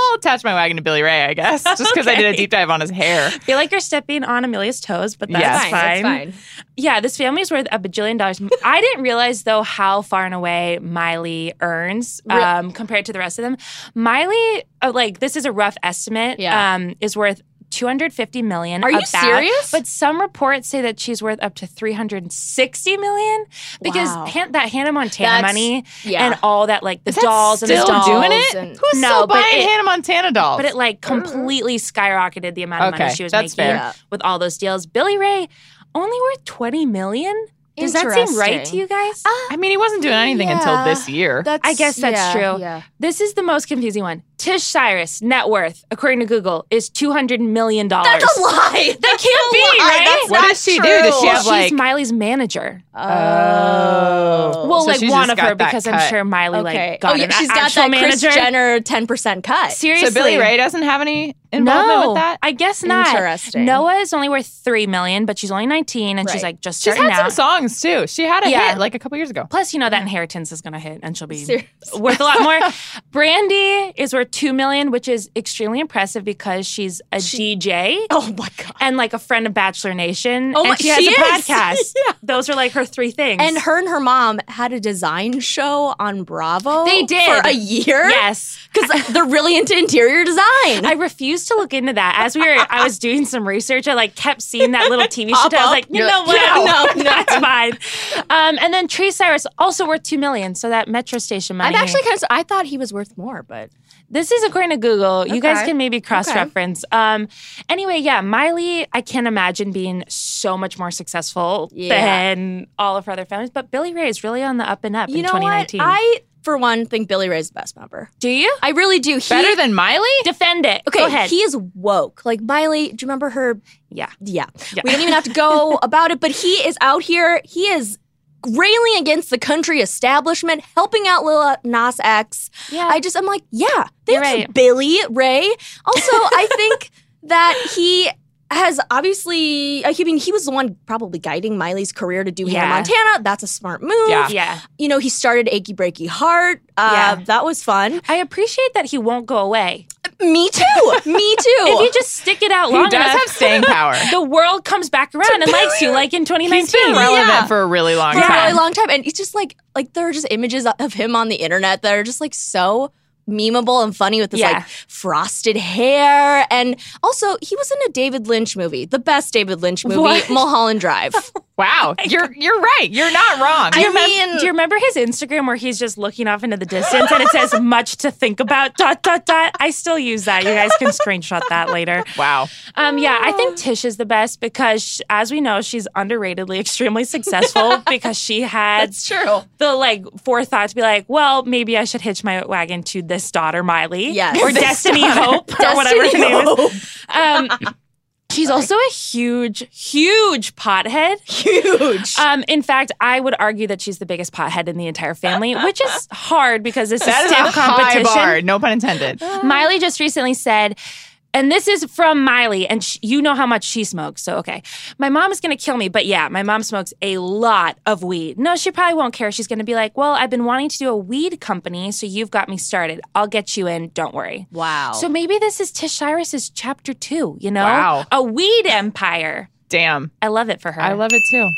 Speaker 1: I'll attach my wagon to Billy Ray, I guess, just because I did a
Speaker 3: Okay.
Speaker 1: deep dive on his hair.
Speaker 3: I feel like you're stepping on Amelia's toes, but that's
Speaker 1: Yes.
Speaker 3: fine.
Speaker 2: That's fine.
Speaker 3: Yeah, this family is worth a bajillion dollars. I didn't realize though how far and away Miley earns
Speaker 2: Re-
Speaker 3: um, compared to the rest of them. Miley, uh, like this is a rough estimate,
Speaker 2: Yeah.
Speaker 3: um, is worth. 250 million.
Speaker 2: Are you
Speaker 3: about,
Speaker 2: serious?
Speaker 3: But some reports say that she's worth up to 360 million because
Speaker 2: Wow.
Speaker 3: Han- that Hannah Montana
Speaker 2: That's-
Speaker 3: money
Speaker 2: yeah.
Speaker 3: and all that, like the
Speaker 1: Is that
Speaker 3: dolls and the
Speaker 1: still
Speaker 3: dolls.
Speaker 1: doing it?
Speaker 2: and-
Speaker 1: Who's
Speaker 3: No,
Speaker 1: still
Speaker 3: but
Speaker 1: buying
Speaker 3: it-
Speaker 1: Hannah Montana dolls?
Speaker 3: But it like completely skyrocketed the amount of
Speaker 1: Okay,
Speaker 3: money she was
Speaker 1: that's
Speaker 3: making
Speaker 1: fair.
Speaker 3: with all those deals. Billy Ray only worth 20 million. Does that seem right to you guys?
Speaker 1: I mean, he wasn't doing anything until
Speaker 2: Yeah.
Speaker 1: this year.
Speaker 2: That's,
Speaker 3: I guess that's true.
Speaker 2: Yeah.
Speaker 3: This is the most confusing one. Tish Cyrus net worth, according to Google, is two hundred million dollars.
Speaker 2: That's a lie. That can't
Speaker 3: be, right?
Speaker 1: What does she do? Does she have-
Speaker 3: She's
Speaker 1: like-
Speaker 3: Miley's manager.
Speaker 1: Oh.
Speaker 3: Well,
Speaker 1: So
Speaker 3: like
Speaker 1: she's
Speaker 3: one
Speaker 1: just
Speaker 3: of her
Speaker 1: got that
Speaker 3: because
Speaker 1: cut.
Speaker 3: I'm sure Miley
Speaker 2: okay.
Speaker 3: like got
Speaker 2: oh, yeah,
Speaker 3: an
Speaker 2: she's got
Speaker 3: actual
Speaker 2: that Kris
Speaker 3: manager.
Speaker 2: Jenner ten percent cut.
Speaker 3: Seriously,
Speaker 1: So Billy Ray doesn't have any involvement
Speaker 3: No,
Speaker 1: with that?
Speaker 3: I guess not.
Speaker 2: Interesting.
Speaker 3: Noah is only worth three million, but she's only nineteen, and she's
Speaker 2: Right.
Speaker 3: like just
Speaker 1: She's
Speaker 3: starting
Speaker 1: had some
Speaker 3: out.
Speaker 1: songs, too. She had a
Speaker 3: Yeah.
Speaker 1: hit like a couple years ago.
Speaker 3: Plus, you know that inheritance is going to hit, and she'll be
Speaker 2: Seriously.
Speaker 3: worth a lot more. Brandy is worth two million, which is extremely impressive because she's a DJ.
Speaker 2: Oh my god.
Speaker 3: and like a friend of Bachelor Nation.
Speaker 2: Oh my-
Speaker 3: and she has
Speaker 2: she
Speaker 3: a
Speaker 2: is.
Speaker 3: podcast. Those are like her three things.
Speaker 2: And her and her mom had a design show on Bravo.
Speaker 3: They did.
Speaker 2: for a year.
Speaker 3: yes.
Speaker 2: because they're really into interior design.
Speaker 3: I refused to look into that. As we were, I was doing some research. I like kept seeing that little TV show.
Speaker 2: Pop
Speaker 3: I was
Speaker 2: up.
Speaker 3: like, you
Speaker 1: You're
Speaker 3: know
Speaker 1: like,
Speaker 3: what? No, no, that's fine. Um, and then Trey Cyrus also worth two million. So that metro station money.
Speaker 2: I'm actually kind of. I thought he was worth more, but
Speaker 3: This is according to Google. You guys
Speaker 2: Okay.
Speaker 3: can maybe cross reference. Um, anyway, yeah, Miley, I can't imagine being so much more successful
Speaker 2: Yeah.
Speaker 3: than all of her other families. But Billy Ray is really on the up and up
Speaker 2: you
Speaker 3: in
Speaker 2: know what?
Speaker 3: 2019.
Speaker 2: I, for one, think Billy Ray's the best member.
Speaker 3: Do you?
Speaker 2: I really do. He,
Speaker 1: Better than Miley?
Speaker 3: Defend it.
Speaker 2: okay,
Speaker 3: Go ahead.
Speaker 2: he is woke. Like Miley, do you remember her?
Speaker 3: yeah.
Speaker 2: Yeah,
Speaker 3: Yeah.
Speaker 2: we don't even have to go about it. But he is out here. He is railing against the country establishment, helping out Lil Nas X.
Speaker 3: Yeah.
Speaker 2: I just, I'm like, yeah, thank
Speaker 3: You're
Speaker 2: you,
Speaker 3: right.
Speaker 2: Billy Ray. Also, I think that he has obviously, I mean, he was the one probably guiding Miley's career to do Hannah
Speaker 3: Yeah.
Speaker 2: Montana. That's a smart move.
Speaker 1: Yeah.
Speaker 3: yeah.
Speaker 2: You know, he started Achy Breaky Heart. Uh,
Speaker 3: Yeah.
Speaker 2: That was fun.
Speaker 3: I appreciate that he won't go away.
Speaker 2: Me too. Me too.
Speaker 3: If you just stick it out
Speaker 1: He
Speaker 3: long
Speaker 1: does
Speaker 3: enough,
Speaker 1: have staying power.
Speaker 3: the world comes back around and likes you, like in 2019.
Speaker 1: He's been relevant
Speaker 2: Yeah.
Speaker 1: for a really long
Speaker 2: for a
Speaker 1: time.
Speaker 2: really long time. And it's just like like there are just images of him on the internet that are just like so memeable and funny with this
Speaker 3: Yeah.
Speaker 2: like frosted hair. And also he was in a David Lynch movee, the best David Lynch movie,
Speaker 3: What?
Speaker 2: Mulholland Drive.
Speaker 1: Wow, you're you're right. You're not wrong.
Speaker 2: I
Speaker 1: You're-
Speaker 2: mean
Speaker 3: Do you remember his Instagram where he's just looking off into the distance and it says much to think about dot dot dot? I still use that. You guys can screenshot that later.
Speaker 1: wow.
Speaker 3: Um, yeah, I think Tish is the best because, sh- as we know, she's underratedly extremely successful because she had
Speaker 2: true.
Speaker 3: the like forethought to be like, well, maybe I should hitch my wagon to this daughter, Miley,
Speaker 2: Yes.
Speaker 3: or Destiny Hope, or whatever her name is.
Speaker 2: Oh,
Speaker 3: Um, she's also a huge, huge pothead.
Speaker 2: Huge.
Speaker 3: Um, in fact, I would argue that she's the biggest pothead in the entire family, which is hard because this
Speaker 1: That
Speaker 3: is
Speaker 1: is
Speaker 3: stiff
Speaker 1: a high
Speaker 3: competition.
Speaker 1: bar. No pun intended.
Speaker 3: Miley just recently said, and this is from Miley, and sh- you know how much she smokes, so okay. My mom is gonna kill me, but yeah, my mom smokes a lot of weed. No, she probably won't care. She's gonna be like, well, I've been wanting to do a weed company, so you've got me started. I'll get you in, don't worry.
Speaker 2: wow.
Speaker 3: So maybe this is Tish Cyrus's chapter two, you know?
Speaker 1: Wow.
Speaker 3: A weed empire.
Speaker 1: Damn,
Speaker 3: I love it for her.
Speaker 1: I love it too.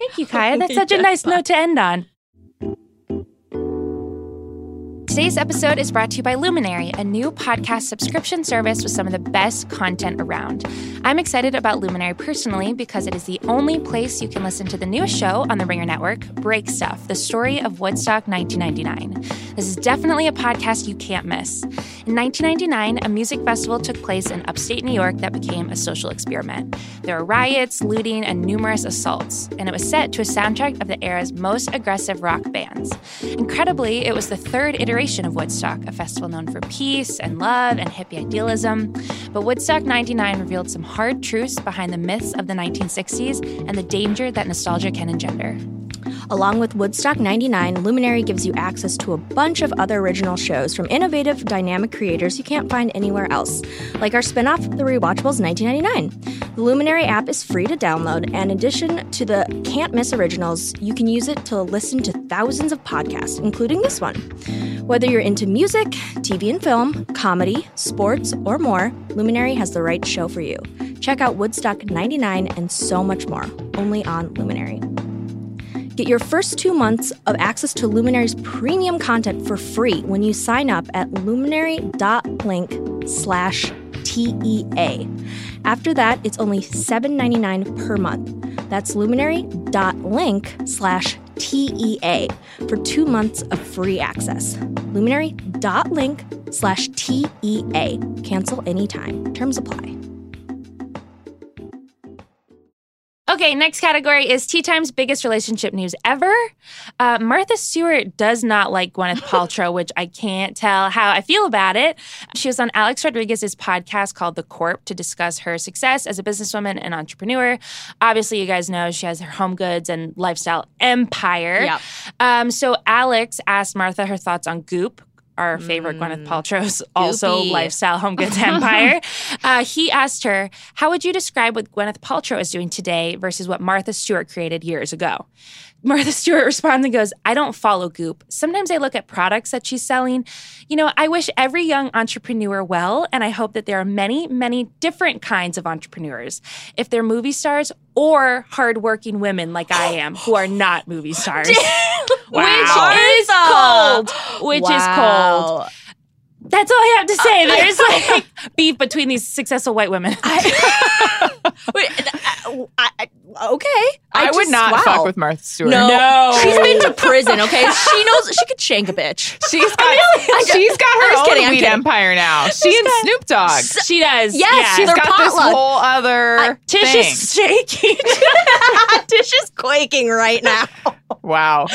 Speaker 3: Thank you, Kaya. That's such a nice note to end on. Today's episode is brought to you by Luminary, a new podcast subscription service with some of the best content around. I'm excited about Luminary personally because it is the only place you can listen to the newest show on the Ringer Network, Break Stuff, the story of Woodstock 1999. This is definitely a podcast you can't miss. In 1999, a music festival took place in upstate New York that became a social experiment. There were riots, looting, and numerous assaults, and it was set to a soundtrack of the era's most aggressive rock bands. Incredibly, it was the third iteration of Woodstock, a festival known for peace and love and hippie idealism. But Woodstock 99 revealed some hard truths behind the myths of the 1960s and the danger that nostalgia can engender.
Speaker 2: Along with Woodstock 99, Luminary gives you access to a bunch of other original shows from innovative, dynamic creators you can't find anywhere else, like our spin off, The Rewatchables 1999. The Luminary app is free to download, and in addition to the can't miss originals, you can use it to listen to thousands of podcasts, including this one. Whether you're into music, TV and film, comedy, sports, or more, Luminary has the right show for you. Check out Woodstock 99 and so much more, only on Luminary. Get your first two months of access to Luminary's premium content for free when you sign up at luminary.link slash TEA. After that, it's only $7.99 per month. That's luminary.link slash TEA for two months of free access. Luminary.link slash TEA. Cancel anytime. Terms apply.
Speaker 3: Okay, next category is Tea Time's biggest relationship news ever. Uh, Martha Stewart does not like Gwyneth Paltrow, which I can't tell how I feel about it. She was on Alex Rodriguez's podcast called The Corp to discuss her success as a businesswoman and entrepreneur. Obviously, you guys know she has her home goods and lifestyle empire.
Speaker 2: Yep.
Speaker 3: Um, so Alex asked Martha her thoughts on Goop. Our favorite Gwyneth Paltrow's also
Speaker 2: Mm. Goopy.
Speaker 3: lifestyle home goods empire. Uh, he asked her, "How would you describe what Gwyneth Paltrow is doing today versus what Martha Stewart created years ago?" Martha Stewart responds and goes, "I don't follow Goop. Sometimes I look at products that she's selling. You know, I wish every young entrepreneur well, and I hope that there are many, many different kinds of entrepreneurs. If they're movie stars." Or hardworking women like I am, who are not movie stars
Speaker 2: Wow.
Speaker 3: which is cold. Which is cold. That's all I have to say.
Speaker 1: Uh,
Speaker 3: There's like beef between these successful white women.
Speaker 2: Wait, uh, I, I- I- okay.
Speaker 1: I, would
Speaker 2: just-
Speaker 1: not
Speaker 2: wow.
Speaker 1: fuck with Martha Stewart.
Speaker 2: No.
Speaker 3: No.
Speaker 2: She's been to prison, okay? She knows she could shank a bitch.
Speaker 1: She's got, she's got her
Speaker 2: I'm just
Speaker 1: own
Speaker 2: kidding, I'm
Speaker 1: weed
Speaker 2: kidding.
Speaker 1: empire now. She and Snoop Dogg.
Speaker 3: she does.
Speaker 2: Yes,
Speaker 1: She's
Speaker 2: they're
Speaker 1: got this
Speaker 2: potluck.
Speaker 1: whole other
Speaker 3: Tish
Speaker 1: thing.
Speaker 3: is shaking.
Speaker 2: Tish is quaking right now.
Speaker 1: Wow. Um,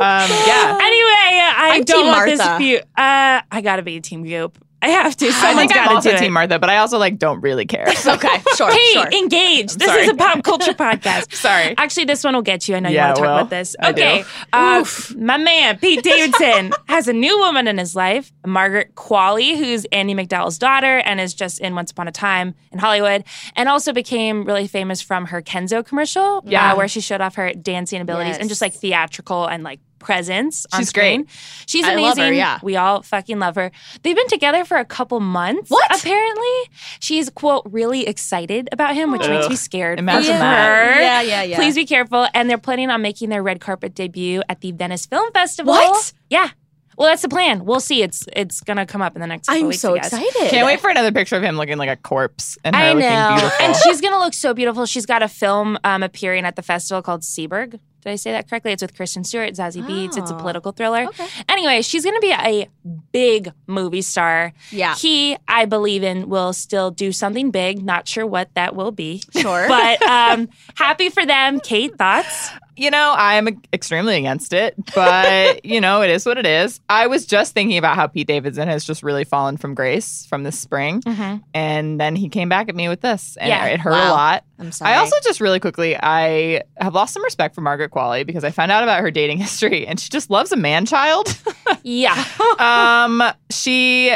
Speaker 1: yeah.
Speaker 3: anyway, I
Speaker 2: I'm
Speaker 3: don't
Speaker 2: Team
Speaker 3: want this
Speaker 2: Martha.
Speaker 3: feud. Uh, I gotta be Team Goop. I have to.
Speaker 1: I
Speaker 3: Someone's
Speaker 1: think I'm
Speaker 3: gotta
Speaker 1: also
Speaker 3: do it.
Speaker 1: Team Martha, but I also like don't really care.
Speaker 2: Okay, sure,
Speaker 3: Hey,
Speaker 2: sure.
Speaker 3: engage. This
Speaker 1: sorry.
Speaker 3: is a pop culture podcast.
Speaker 1: Sorry.
Speaker 3: Actually, this one will get you. I know
Speaker 1: Yeah,
Speaker 3: you want to
Speaker 1: it
Speaker 3: talk
Speaker 1: will.
Speaker 3: about this.
Speaker 1: I do.
Speaker 3: Okay. Uh, my man, Pete Davidson, has a new woman in his life, Margaret Qualley, who's Andy McDowell's daughter and is just in Once Upon a Time in Hollywood, and also became really famous from her Kenzo commercial,
Speaker 1: Yeah.
Speaker 3: uh, where she showed off her dancing abilities and
Speaker 2: Yes.
Speaker 3: just like theatrical and like presence on
Speaker 1: She's
Speaker 3: screen. She's
Speaker 2: I
Speaker 3: amazing.
Speaker 2: love her, yeah.
Speaker 3: We all fucking love her. They've been together for a couple months.
Speaker 2: What?
Speaker 3: Apparently, she's quote really excited about him, which makes
Speaker 1: Ugh.
Speaker 3: me scared. for
Speaker 1: Imagine that.
Speaker 3: her.
Speaker 2: Yeah, yeah, yeah.
Speaker 3: Please be careful. And they're planning on making their red carpet debut at the Venice Film Festival.
Speaker 2: What?
Speaker 3: Yeah. Well, that's the plan. We'll see. It's it's gonna come up in the next. couple
Speaker 2: I'm
Speaker 3: weeks,
Speaker 2: so
Speaker 3: I guess.
Speaker 2: excited.
Speaker 1: Can't wait for another picture of him looking like a corpse and her
Speaker 3: I
Speaker 1: looking
Speaker 3: know.
Speaker 1: beautiful.
Speaker 3: And she's going to look so beautiful. She's got a film um, appearing at the festival called Seaberg. Did I say that correctly? It's with Kristen Stewart, Zazie Beats. It's a
Speaker 2: Oh.
Speaker 3: political thriller.
Speaker 2: Okay.
Speaker 3: Anyway, she's going to be a big movie star.
Speaker 2: Yeah.
Speaker 3: He, I believe in, will still do something big. Not sure what that will be.
Speaker 2: Sure.
Speaker 3: But um, happy for them. Kate, thoughts?
Speaker 1: you know, I'm extremely against it, but you know, it is what it is. I was just thinking about how Pete Davidson has just really fallen from grace from this spring,
Speaker 2: Mm-hmm.
Speaker 1: and then he came back at me with this, and
Speaker 3: Yeah.
Speaker 1: it hurt a
Speaker 2: Wow.
Speaker 1: lot.
Speaker 2: I'm sorry.
Speaker 1: I also just really quickly, I have lost some respect for Margaret Qualley because I found out about her dating history, and she just loves a man child.
Speaker 3: Yeah.
Speaker 1: um, she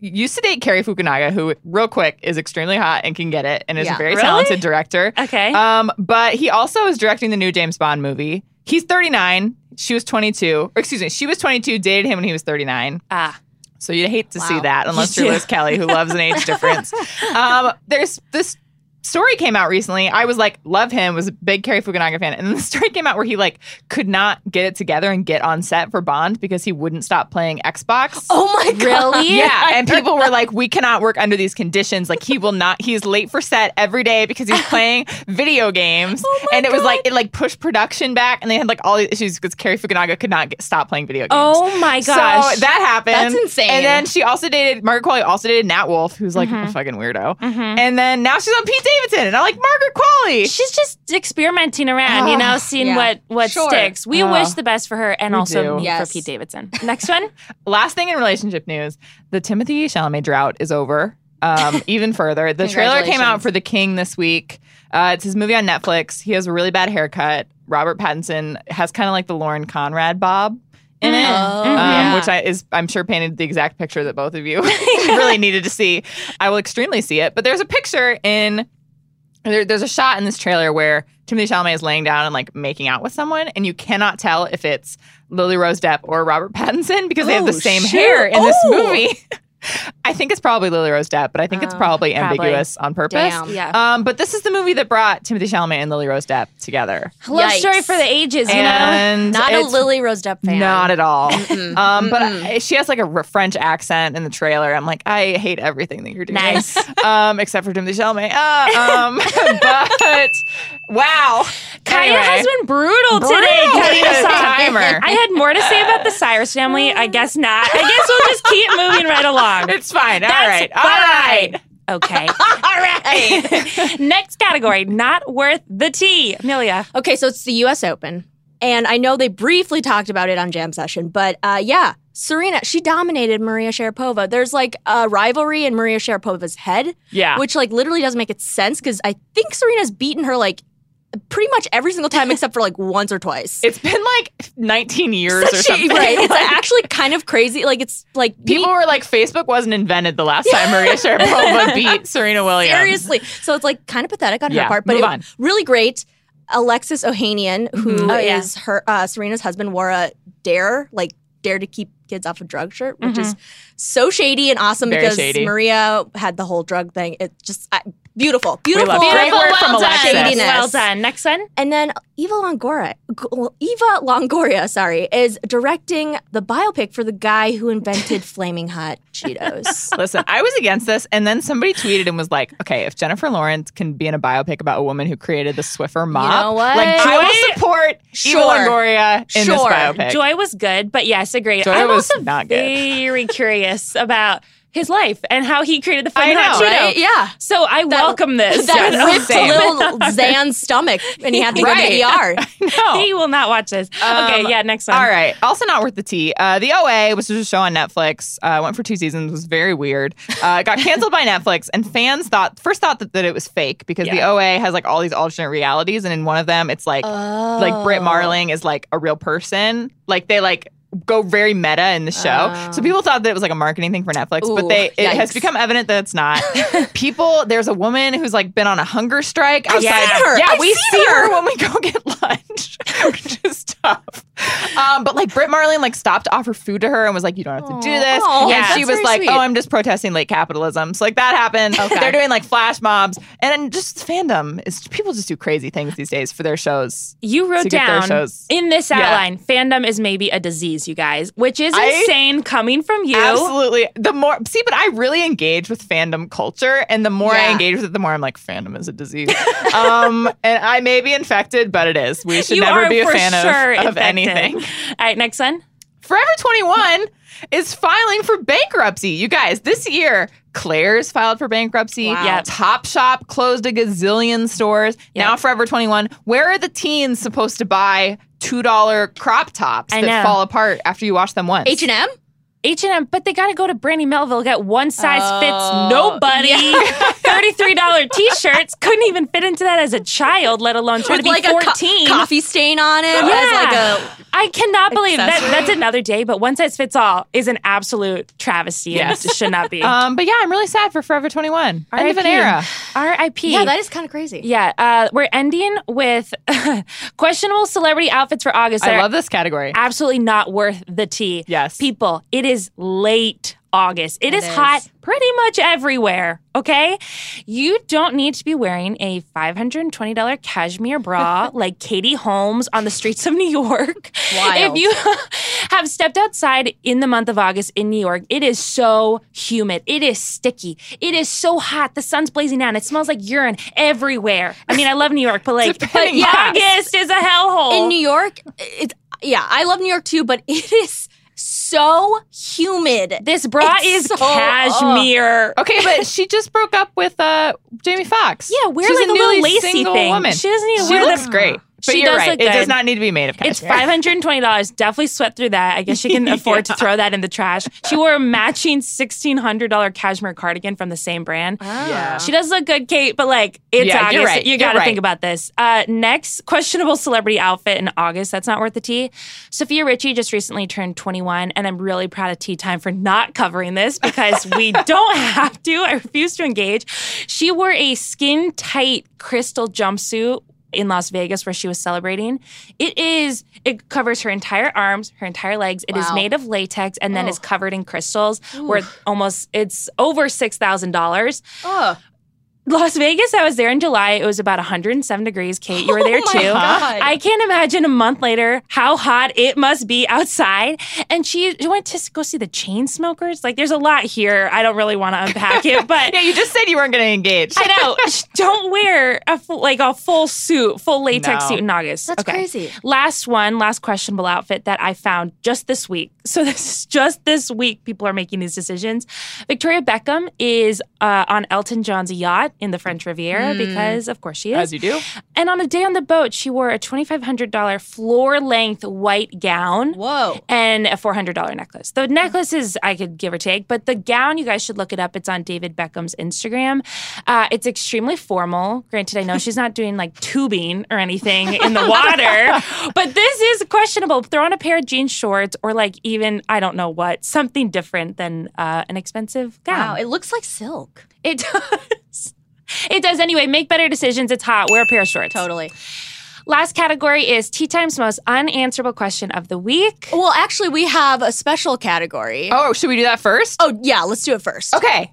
Speaker 1: used to date Kerry Fukunaga, who, real quick, is extremely hot and can get it, and is
Speaker 2: Yeah.
Speaker 1: a very
Speaker 3: Really?
Speaker 1: talented director.
Speaker 3: Okay.
Speaker 1: Um, but he also is directing the new James Bond movie. He's 39. She was 22. Or excuse me, she was 22, dated him when he was 39.
Speaker 3: Ah.
Speaker 1: So you'd hate to see
Speaker 2: Wow.
Speaker 1: that unless you're
Speaker 3: Yeah.
Speaker 1: Liz Kelly, who loves an age difference. Um, there's this story came out recently, I was like, love him, was a big Cary Fukunaga fan. And then the story came out where he like could not get it together and get on set for Bond because he wouldn't stop playing Xbox.
Speaker 2: Oh my god.
Speaker 3: Really?
Speaker 1: Yeah, and people were like, "We cannot work under these conditions. Like, he will not. He's late for set every day because he's playing video games."
Speaker 2: Oh my
Speaker 1: and it was like it like pushed production back, and they had like all these issues because Carrie Fukunaga could not get, stop playing video games.
Speaker 3: Oh my gosh.
Speaker 1: So that happened.
Speaker 2: That's insane.
Speaker 1: And then she also dated Margaret Qualley. Also dated Nat Wolf, who's like a fucking weirdo.
Speaker 3: Mm-hmm.
Speaker 1: And then now she's on Pete Davidson, and I like Margaret Qualley.
Speaker 3: She's just experimenting around, you know, seeing
Speaker 2: yeah.
Speaker 3: what what
Speaker 2: Sure.
Speaker 3: sticks. We
Speaker 1: Oh.
Speaker 3: wish the best for her, and
Speaker 1: We
Speaker 3: also
Speaker 1: do.
Speaker 3: me
Speaker 2: Yes.
Speaker 3: for Pete Davidson. Next one.
Speaker 1: Last thing in relationship news, the Timothy Chalamet drought is over. Um, even further, the trailer came out
Speaker 2: Congratulations.
Speaker 1: for The King this week. Uh, it's his movie on Netflix. He has a really bad haircut. Robert Pattinson has kind of like the Lauren Conrad bob in it,
Speaker 2: Oh,
Speaker 1: um,
Speaker 2: yeah.
Speaker 1: which I is I'm sure painted the exact picture that both of you really needed to see. I will extremely see it. But there's a picture in there, there's a shot in this trailer where Timothy Chalamet is laying down and like making out with someone, and you cannot tell if it's Lily Rose Depp or Robert Pattinson because they have the
Speaker 2: Oh,
Speaker 1: same
Speaker 2: shoot.
Speaker 1: hair in this
Speaker 2: Oh.
Speaker 1: movie. I think it's probably Lily Rose Depp, but I think it's
Speaker 2: Oh,
Speaker 1: probably,
Speaker 3: probably.
Speaker 1: ambiguous on purpose.
Speaker 2: Damn.
Speaker 3: Yeah.
Speaker 1: Um, but this is the movie that brought Timothy Chalamet and Lily Rose Depp together.
Speaker 3: Love
Speaker 2: Yikes.
Speaker 3: story for the ages, you know.
Speaker 1: and
Speaker 2: Not a
Speaker 1: it's
Speaker 2: Lily Rose Depp fan.
Speaker 1: Not at all.
Speaker 2: Mm-mm.
Speaker 1: um, but
Speaker 2: Mm-mm.
Speaker 1: I- she has like a r- French accent in the trailer. I'm like, I hate everything that you're doing.
Speaker 3: Nice.
Speaker 1: um, except for Timothy Chalamet. Uh, um, but wow,
Speaker 3: Kaya
Speaker 1: Anyway.
Speaker 3: has been brutal, today.
Speaker 1: Brutal.
Speaker 3: cutting us off.
Speaker 1: Timer.
Speaker 3: I had more to say about the Cyrus family. I guess not. I guess we'll just keep moving right along.
Speaker 1: It's fine. All right.
Speaker 3: That's fine. Okay.
Speaker 2: All right.
Speaker 3: Next category, not worth the tea. Amelia.
Speaker 2: okay, so it's the U.S. Open, and I know they briefly talked about it on Jam Session, but uh, yeah, Serena she dominated Maria Sharapova. There's like a rivalry in Maria Sharapova's head,
Speaker 1: Yeah.
Speaker 2: which like literally doesn't make it sense because I think Serena's beaten her like pretty much every single time except for like once or twice.
Speaker 1: it's been like 19 years or
Speaker 2: She-
Speaker 1: something.
Speaker 2: Right. It's actually kind of crazy. Like it's like
Speaker 1: People were like, Facebook wasn't invented the last time Maria Sharapova beat Serena Williams.
Speaker 2: seriously. So it's like kind of pathetic on
Speaker 1: Yeah,
Speaker 2: her part, but
Speaker 1: move
Speaker 2: it-
Speaker 1: on.
Speaker 2: really great. Alexis Ohanian, who is
Speaker 1: Mhm.
Speaker 3: Oh, yeah.
Speaker 2: her uh, Serena's husband, wore a dare like dare to keep kids off of drug shirt, which is so shady and awesome
Speaker 1: Mm-hmm. Very
Speaker 2: because
Speaker 1: shady.
Speaker 2: Maria had the whole drug thing. It just I, beautiful, beautiful,
Speaker 1: love that. Great work from
Speaker 3: done.
Speaker 1: Alexis.
Speaker 2: Shadiness.
Speaker 3: Well done. Next one.
Speaker 2: And then Eva Longoria, Eva Longoria, sorry, is directing the biopic for the guy who invented flaming hot Cheetos.
Speaker 1: Listen, I was against this, and then somebody tweeted and was like, "Okay, if Jennifer Lawrence can be in a biopic about a woman who created the Swiffer mob,
Speaker 2: know what?
Speaker 1: like I will
Speaker 3: Joy-
Speaker 1: support
Speaker 2: Sure.
Speaker 1: Eva Longoria in this
Speaker 2: Sure.
Speaker 1: biopic."
Speaker 3: Joy was good, but yes, agreed.
Speaker 1: Joy
Speaker 3: I'm
Speaker 1: was
Speaker 3: also
Speaker 1: not good.
Speaker 3: very curious about his life and how he created the
Speaker 1: I
Speaker 3: Flamin' Hot
Speaker 1: know,
Speaker 3: Cheeto.
Speaker 1: right?
Speaker 2: Yeah.
Speaker 3: So I welcome this.
Speaker 2: that
Speaker 1: Yes,
Speaker 2: ripped
Speaker 1: same.
Speaker 2: Lil Zan's stomach, and he had to go to the ER.
Speaker 1: No.
Speaker 3: he will not watch this. okay,
Speaker 1: Um,
Speaker 3: yeah, next one.
Speaker 1: All right. Also, not worth the tea. Uh, the OA, which was a show on Netflix, uh, went for two seasons. Was very weird. Uh, it got canceled by Netflix, and fans thought first thought that, that it was fake because the
Speaker 3: Yeah.
Speaker 1: OA has like all these alternate realities, and in one of them, it's like
Speaker 2: Oh.
Speaker 1: like Britt Marling is like a real person. Like they like go very meta in the show.
Speaker 2: Oh.
Speaker 1: So people thought that it was like a marketing thing for Netflix,
Speaker 2: Ooh,
Speaker 1: but they it has
Speaker 2: yikes.
Speaker 1: become evident that it's not. people, there's a woman who's like been on a hunger strike outside.
Speaker 3: seen
Speaker 2: her.
Speaker 1: Yeah,
Speaker 2: I've
Speaker 1: we
Speaker 2: seen
Speaker 1: see
Speaker 2: her.
Speaker 1: her. when we go get lunch, which is tough. Um, but like Britt Marling like stopped to offer food to her and was like, "You don't have to do
Speaker 2: Aw.
Speaker 1: this."
Speaker 2: Aw,
Speaker 1: and
Speaker 3: that's
Speaker 1: she was
Speaker 2: very
Speaker 1: like,
Speaker 2: sweet.
Speaker 1: "Oh, I'm just protesting late capitalism." So like that happened.
Speaker 2: Okay.
Speaker 1: They're doing like flash mobs and just fandom is people just do crazy things these days for their shows.
Speaker 3: You wrote
Speaker 1: To get their
Speaker 3: down
Speaker 1: shows.
Speaker 3: in this
Speaker 1: Yeah.
Speaker 3: outline, fandom is maybe a disease, you guys, which is
Speaker 1: I-
Speaker 3: insane coming from you.
Speaker 1: Absolutely. The more see, but I really engage with fandom culture, and the more
Speaker 2: Yeah.
Speaker 1: I engage with it, the more I'm like, fandom is a disease. um, and I may be infected, but it is. We should
Speaker 3: you
Speaker 1: never
Speaker 3: are
Speaker 1: be a
Speaker 3: for
Speaker 1: fan of-
Speaker 3: sure
Speaker 1: of,
Speaker 3: infected.
Speaker 1: anything.
Speaker 3: All right, next one.
Speaker 1: Forever 21 is filing for bankruptcy. You guys, this year, Claire's filed for bankruptcy.
Speaker 2: Wow.
Speaker 3: Yep.
Speaker 1: Top Shop closed a gazillion stores. Now Forever 21. Where are the teens supposed to buy $2 crop tops
Speaker 3: I
Speaker 1: that
Speaker 3: know.
Speaker 1: fall apart after you wash them once?
Speaker 2: H and M.
Speaker 3: H and M, but they got to go to Brandy Melville. Get one size
Speaker 2: Oh,
Speaker 3: fits nobody. Thirty-three dollar T-shirts couldn't even fit into that as a child, let alone try to
Speaker 2: With
Speaker 3: be
Speaker 2: like
Speaker 3: fourteen.
Speaker 2: a co- coffee stain on it.
Speaker 3: Yeah.
Speaker 2: As like a
Speaker 3: I cannot believe that.
Speaker 2: Accessory.
Speaker 3: That's another day, but one size fits all is an absolute travesty.
Speaker 1: Yes.
Speaker 3: and should not be.
Speaker 1: Um, but yeah, I'm really sad for Forever 21. End of an
Speaker 3: RIP.
Speaker 1: era.
Speaker 3: R.I.P.
Speaker 2: yeah, that is kind of crazy.
Speaker 3: Yeah, uh, we're ending with questionable celebrity outfits for August. that
Speaker 1: I
Speaker 3: are
Speaker 1: love this category.
Speaker 3: absolutely not worth the tea.
Speaker 1: Yes.
Speaker 3: People, it is late August.
Speaker 2: It
Speaker 3: it is,
Speaker 2: is.
Speaker 3: hot pretty much everywhere, okay? You don't need to be wearing a $520 cashmere bra like Katie Holmes on the streets of New York.
Speaker 1: Wild.
Speaker 3: If you have stepped outside in the month of August in New York, it is so humid. It is sticky. It is so hot. The sun's blazing down. It smells like urine everywhere. I mean, I love New York, but like, but
Speaker 1: depending
Speaker 3: yeah,
Speaker 1: on-
Speaker 3: August is a hellhole.
Speaker 2: in New York, it's yeah, I love New York too, but it is so humid.
Speaker 3: this bra
Speaker 2: It's
Speaker 3: is
Speaker 2: so-
Speaker 3: cashmere.
Speaker 1: Okay, but she just broke up with uh Jamie Fox.
Speaker 3: Yeah, wear
Speaker 1: She's
Speaker 3: like a,
Speaker 1: newly
Speaker 3: little lacy
Speaker 1: single
Speaker 3: thing.
Speaker 1: Woman.
Speaker 3: She doesn't need to
Speaker 1: She
Speaker 3: wear
Speaker 1: looks
Speaker 3: the,
Speaker 1: great. But
Speaker 3: She
Speaker 1: you're
Speaker 3: does
Speaker 1: right.
Speaker 3: look
Speaker 1: It does
Speaker 3: good.
Speaker 1: not need to be made of cashmere.
Speaker 3: It's five hundred and twenty dollars. Definitely sweat through that. I guess she can afford to throw that in the trash. She wore a matching sixteen hundred dollar cashmere cardigan from the same brand.
Speaker 1: Yeah.
Speaker 3: She does look good, Kate, but like it's
Speaker 1: Yeah,
Speaker 3: August.
Speaker 1: you're right.
Speaker 3: You
Speaker 1: You're
Speaker 3: got to
Speaker 1: right.
Speaker 3: think about this. Uh, next questionable celebrity outfit in August. That's not worth the tea. Sophia Ritchie just recently turned 21, and I'm really proud of Tea Time for not covering this because we don't have to. I refuse to engage. She wore a skin tight crystal jumpsuit. In Las Vegas, where she was celebrating, it is it covers her entire arms, her entire legs. It is
Speaker 2: Wow.
Speaker 3: made of latex and then is covered in crystals,
Speaker 2: Oh.
Speaker 3: worth almost it's over six thousand dollars.
Speaker 2: Ugh.
Speaker 3: Las Vegas, I was there in July. It was about 107 degrees. Kate, you were there
Speaker 2: Oh my
Speaker 3: too.
Speaker 2: God.
Speaker 3: I can't imagine a month later how hot it must be outside. And she went to go see the chain smokers. Like, there's a lot here. I don't really want to unpack it, but
Speaker 1: Yeah, you just said you weren't going to engage.
Speaker 3: I know. Don't wear a full, like a full suit, full latex
Speaker 1: No.
Speaker 3: suit in August.
Speaker 2: That's
Speaker 3: Okay.
Speaker 2: crazy.
Speaker 3: Last one, last questionable outfit that I found just this week. So this is just this week people are making these decisions. Victoria Beckham is uh, on Elton John's yacht in the French Riviera because of course she is.
Speaker 1: Hmm. As you do.
Speaker 3: and on a day on the boat, she wore a $2500 floor-length white gown
Speaker 2: Whoa.
Speaker 3: and a four hundred dollar necklace. The
Speaker 2: Mm-hmm.
Speaker 3: necklace is I could give or take, but the gown you guys should look it up. It's on David Beckham's Instagram. Uh, it's extremely formal. Granted, I know she's not doing like tubing or anything in the water, but this is questionable. Throw on a pair of jean shorts or like even I don't know what something different than uh, an expensive
Speaker 2: Wow,
Speaker 3: gown.
Speaker 2: it looks like silk.
Speaker 3: It does. It does anyway. Make better decisions. It's hot. Wear a pair of shorts.
Speaker 2: Totally.
Speaker 3: Last category is tea time's most unanswerable question of the week.
Speaker 2: Well, actually, we have a special category.
Speaker 1: Oh, should we do that first?
Speaker 2: Oh, yeah, let's do it first.
Speaker 1: Okay.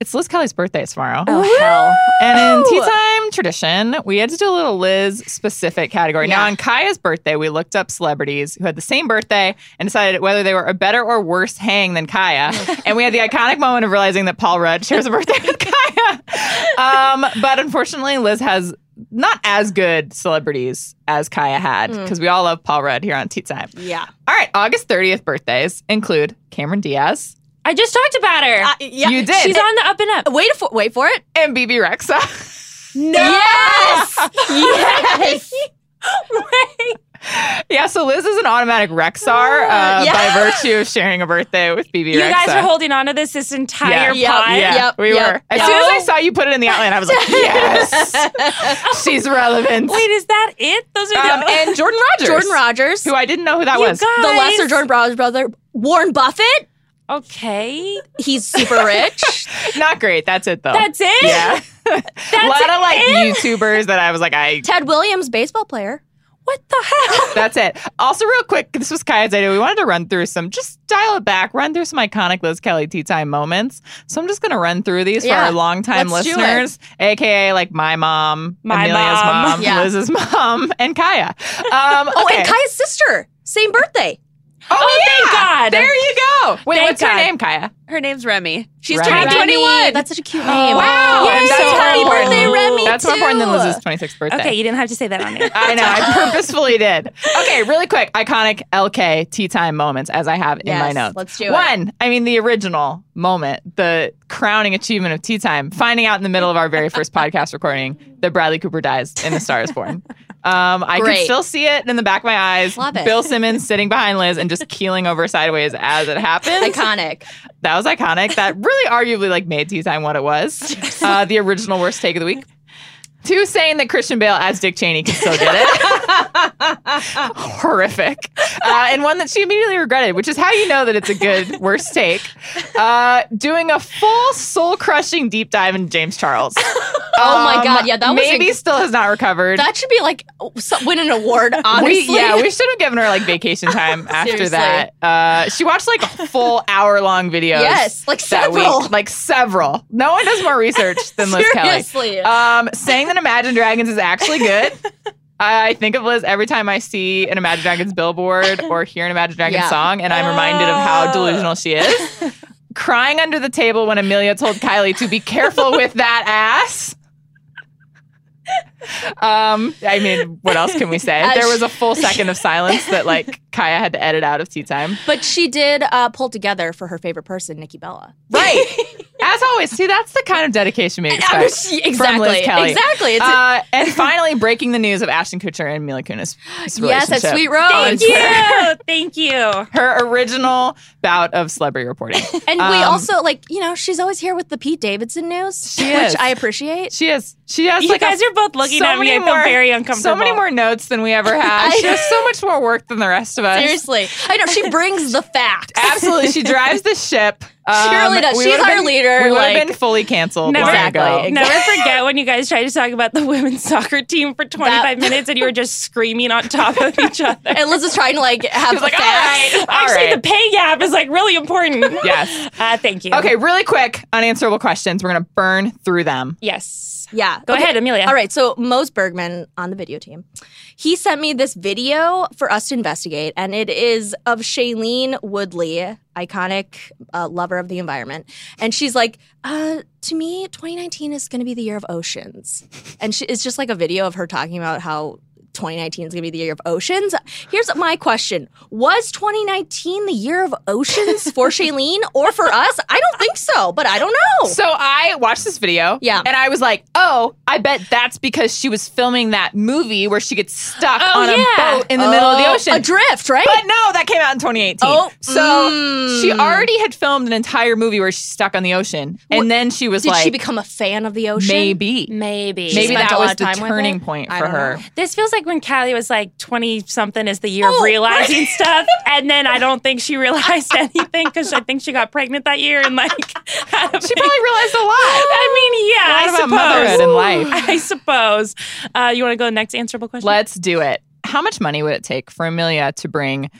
Speaker 1: It's Liz Kelly's birthday tomorrow.
Speaker 3: Oh hell.
Speaker 1: And in
Speaker 2: Woo!
Speaker 1: tea time tradition, we had to do a little Liz specific category. Now,
Speaker 2: Yeah.
Speaker 1: on Kaya's birthday, we looked up celebrities who had the same birthday and decided whether they were a better or worse hang than Kaya. and we had the iconic moment of realizing that Paul Rudd shares a birthday with Kaya. Um, but unfortunately, Liz has not as good celebrities as Kaya had
Speaker 2: Hmm.
Speaker 1: because we all love Paul Rudd here on Tea Time.
Speaker 2: Yeah.
Speaker 1: All right, August 30th birthdays include Cameron Diaz.
Speaker 3: I just talked about her.
Speaker 2: Uh, yeah.
Speaker 1: You did.
Speaker 3: She's on the up and up.
Speaker 2: Wait for wait for it.
Speaker 1: and BB Rexa.
Speaker 2: No. Yes. yes.
Speaker 1: Yeah, so Liz is an automatic Rexar uh,
Speaker 2: yeah.
Speaker 1: by virtue of sharing a birthday with BB
Speaker 3: You
Speaker 1: Rexa.
Speaker 3: guys were holding on to this this entire
Speaker 1: Yeah.
Speaker 3: pod.
Speaker 2: Yep.
Speaker 1: yeah,
Speaker 2: Yep,
Speaker 1: we
Speaker 2: yep,
Speaker 1: were. As
Speaker 2: yep.
Speaker 1: soon as I saw you put it in the outline, I was like, yes, she's relevant.
Speaker 3: Wait, is that it? Those are
Speaker 1: Um,
Speaker 3: the
Speaker 1: and Jordan Rogers,
Speaker 2: Jordan Rogers,
Speaker 1: who I didn't know who that
Speaker 3: You
Speaker 1: was.
Speaker 3: guys-
Speaker 2: the lesser Jordan Rogers brother, Warren Buffett.
Speaker 3: okay.
Speaker 2: He's super rich.
Speaker 1: Not great. That's it though.
Speaker 3: That's it.
Speaker 1: Oh, yeah. a lot of like
Speaker 3: it?
Speaker 1: YouTubers that I was like, I.
Speaker 2: Ted Williams, baseball player.
Speaker 3: What the hell?
Speaker 1: That's it. Also, real quick, this was Kaya's idea. We wanted to run through some, just dial it back, run through some iconic Liz Kelly tea time moments. So I'm just going to run through these
Speaker 2: Yeah.
Speaker 1: for our longtime
Speaker 2: Let's do it.
Speaker 1: listeners, aka like my mom,
Speaker 3: My
Speaker 1: Amelia's
Speaker 3: mom.
Speaker 1: mom,
Speaker 2: Yeah.
Speaker 1: Liz's mom, and Kaya. Um,
Speaker 2: Oh,
Speaker 1: okay.
Speaker 2: and Kaya's sister. Same birthday.
Speaker 1: Oh,
Speaker 3: Oh, thank God.
Speaker 1: There you go. Wait,
Speaker 3: Thank
Speaker 1: what's her
Speaker 3: God.
Speaker 1: name, Kaya?
Speaker 2: Her name's Remy. She's
Speaker 1: Remy.
Speaker 2: turning
Speaker 1: Remy.
Speaker 2: 21. That's such a cute name.
Speaker 1: Oh, wow.
Speaker 3: Yay.
Speaker 1: And that's more
Speaker 3: Happy
Speaker 1: important.
Speaker 3: birthday, Remy,
Speaker 1: That's more important than
Speaker 2: too.
Speaker 1: Liz's 26th birthday.
Speaker 3: Okay, you didn't have to say that on me.
Speaker 1: I know. I purposefully did. Okay, really quick, iconic LK tea time moments as I have in my
Speaker 2: Yes,
Speaker 1: notes.
Speaker 2: let's do it.
Speaker 1: One, I mean the original moment, the crowning achievement of tea time, finding out in the middle of our very first podcast recording that Bradley Cooper dies in The Star Is Born. Um, I
Speaker 2: Great.
Speaker 1: can still see it in the back of my eyes.
Speaker 2: Love it.
Speaker 1: Bill Simmons sitting behind Liz and just keeling over sideways as it happens.
Speaker 2: Iconic.
Speaker 1: that was iconic. That really arguably like made tea time what it was. Uh, the original worst take of the week. Two saying that Christian Bale as Dick Cheney can still get it. horrific, uh, and one that she immediately regretted, which is how you know that it's a good worst take. Uh, doing a full soul crushing deep dive into James Charles. Um,
Speaker 2: Oh my God, yeah, that was
Speaker 1: maybe
Speaker 2: a-
Speaker 1: still has not recovered.
Speaker 2: That should be like oh, so- win an award,
Speaker 1: we,
Speaker 2: honestly.
Speaker 1: yeah, we should have given her like vacation time after
Speaker 2: Seriously.
Speaker 1: that. Uh, she watched like a full hour long videos.
Speaker 2: Yes, like
Speaker 1: that
Speaker 2: several.
Speaker 1: week, like several. No one does more research than Liz Kelly.
Speaker 2: Seriously.
Speaker 1: Um, saying that Imagine Dragons is actually good. I think of Liz every time I see an Imagine Dragons billboard or hear an Imagine Dragons
Speaker 2: Yeah.
Speaker 1: song, and I'm reminded of how
Speaker 3: Oh.
Speaker 1: delusional she is. Crying under the table when Amelia told Kylie to be careful with that ass. Um, I mean, what else can we say?
Speaker 2: Uh,
Speaker 1: there
Speaker 2: sh-
Speaker 1: was a full second of silence that like Kaya had to edit out of tea time.
Speaker 2: but she did uh, pull together for her favorite person, Nikki Bella.
Speaker 1: Right. As always, see that's the kind of dedication we expect.
Speaker 2: exactly.
Speaker 1: Kelly.
Speaker 2: Exactly. It's
Speaker 1: Uh, and finally, breaking the news of Ashton Kutcher and Mila Kunis.
Speaker 2: yes, at Sweet Rose.
Speaker 1: Oh,
Speaker 3: Thank you. Thank you.
Speaker 1: Her original bout of celebrity reporting.
Speaker 2: And we
Speaker 1: Um,
Speaker 2: also like, you know, she's always here with the Pete Davidson news,
Speaker 1: She
Speaker 2: which
Speaker 1: is.
Speaker 2: I appreciate.
Speaker 1: She is. She has
Speaker 3: You
Speaker 1: like
Speaker 3: guys
Speaker 1: a,
Speaker 3: are both looking
Speaker 1: so
Speaker 3: at me.
Speaker 1: many
Speaker 3: I feel
Speaker 1: more-
Speaker 3: very
Speaker 1: so
Speaker 3: uncomfortable.
Speaker 1: many more notes than we ever had.
Speaker 2: I-
Speaker 1: she has so much more work than the rest of us.
Speaker 2: Seriously, I know she brings the facts.
Speaker 1: Absolutely, she drives the ship. Um,
Speaker 2: really does.
Speaker 1: we
Speaker 2: She's
Speaker 1: would've
Speaker 2: our
Speaker 1: been-
Speaker 2: leader,
Speaker 1: We would have
Speaker 2: like-
Speaker 1: been fully canceled.
Speaker 3: Never-
Speaker 1: long
Speaker 2: Exactly.
Speaker 1: ago.
Speaker 3: Never forget when you guys tried to talk about the women's soccer team for 25
Speaker 2: That-
Speaker 3: minutes and you were just screaming on top of each other.
Speaker 2: And Liz is trying to like have
Speaker 1: She's like,
Speaker 2: the
Speaker 1: all
Speaker 2: facts.
Speaker 1: right, all
Speaker 3: Actually,
Speaker 1: right.
Speaker 3: the pay gap is like really important.
Speaker 1: Yes.
Speaker 3: Uh, thank you.
Speaker 1: Okay, really quick, unanswerable questions. We're gonna burn through them.
Speaker 3: Yes.
Speaker 2: Yeah.
Speaker 3: Go ahead, Amelia.
Speaker 2: All right. So Mose Bergman on the video team, he sent me this video for us to investigate, and it is of Shailene Woodley, iconic uh, lover of the environment, and she's like, uh, "To me, 2019 is going to be the year of oceans," and she, it's just like a video of her talking about how. 2019 is going to be the year of oceans. Here's my question. Was 2019 the year of oceans for Shailene or for us? I don't think so, but I don't know.
Speaker 1: So I watched this video.
Speaker 2: Oh. Yeah.
Speaker 1: And I was like, oh, I bet that's because she was filming that movie where she gets stuck
Speaker 3: Oh,
Speaker 1: on
Speaker 3: yeah.
Speaker 1: a boat in the middle of the
Speaker 2: Oh,
Speaker 1: ocean.
Speaker 2: Adrift, right?
Speaker 1: but no, that came out in 2018.
Speaker 2: Oh,
Speaker 1: so
Speaker 2: mm.
Speaker 1: she already had filmed an entire movie where she's stuck on the ocean. And then she was
Speaker 2: Did
Speaker 1: like,
Speaker 2: she become a fan of the ocean?
Speaker 1: maybe.
Speaker 3: Maybe.
Speaker 2: She
Speaker 1: Maybe
Speaker 2: spent
Speaker 1: that
Speaker 2: a lot
Speaker 1: was
Speaker 2: of
Speaker 1: the
Speaker 2: time with
Speaker 1: turning
Speaker 2: it?
Speaker 1: point
Speaker 2: I
Speaker 1: for
Speaker 2: don't
Speaker 1: her.
Speaker 2: know.
Speaker 3: This feels like when Callie was like 20 something is the year of realizing stuff. And then I don't think she realized anything because I think she got pregnant that year and like.
Speaker 1: She probably realized a lot. What
Speaker 3: I mean,
Speaker 1: about
Speaker 3: yeah, I
Speaker 1: motherhood
Speaker 3: suppose.
Speaker 1: and life?
Speaker 3: I suppose. Uh, you want to go to the next answerable question?
Speaker 1: Let's do it. How much money would it take for Amelia to bring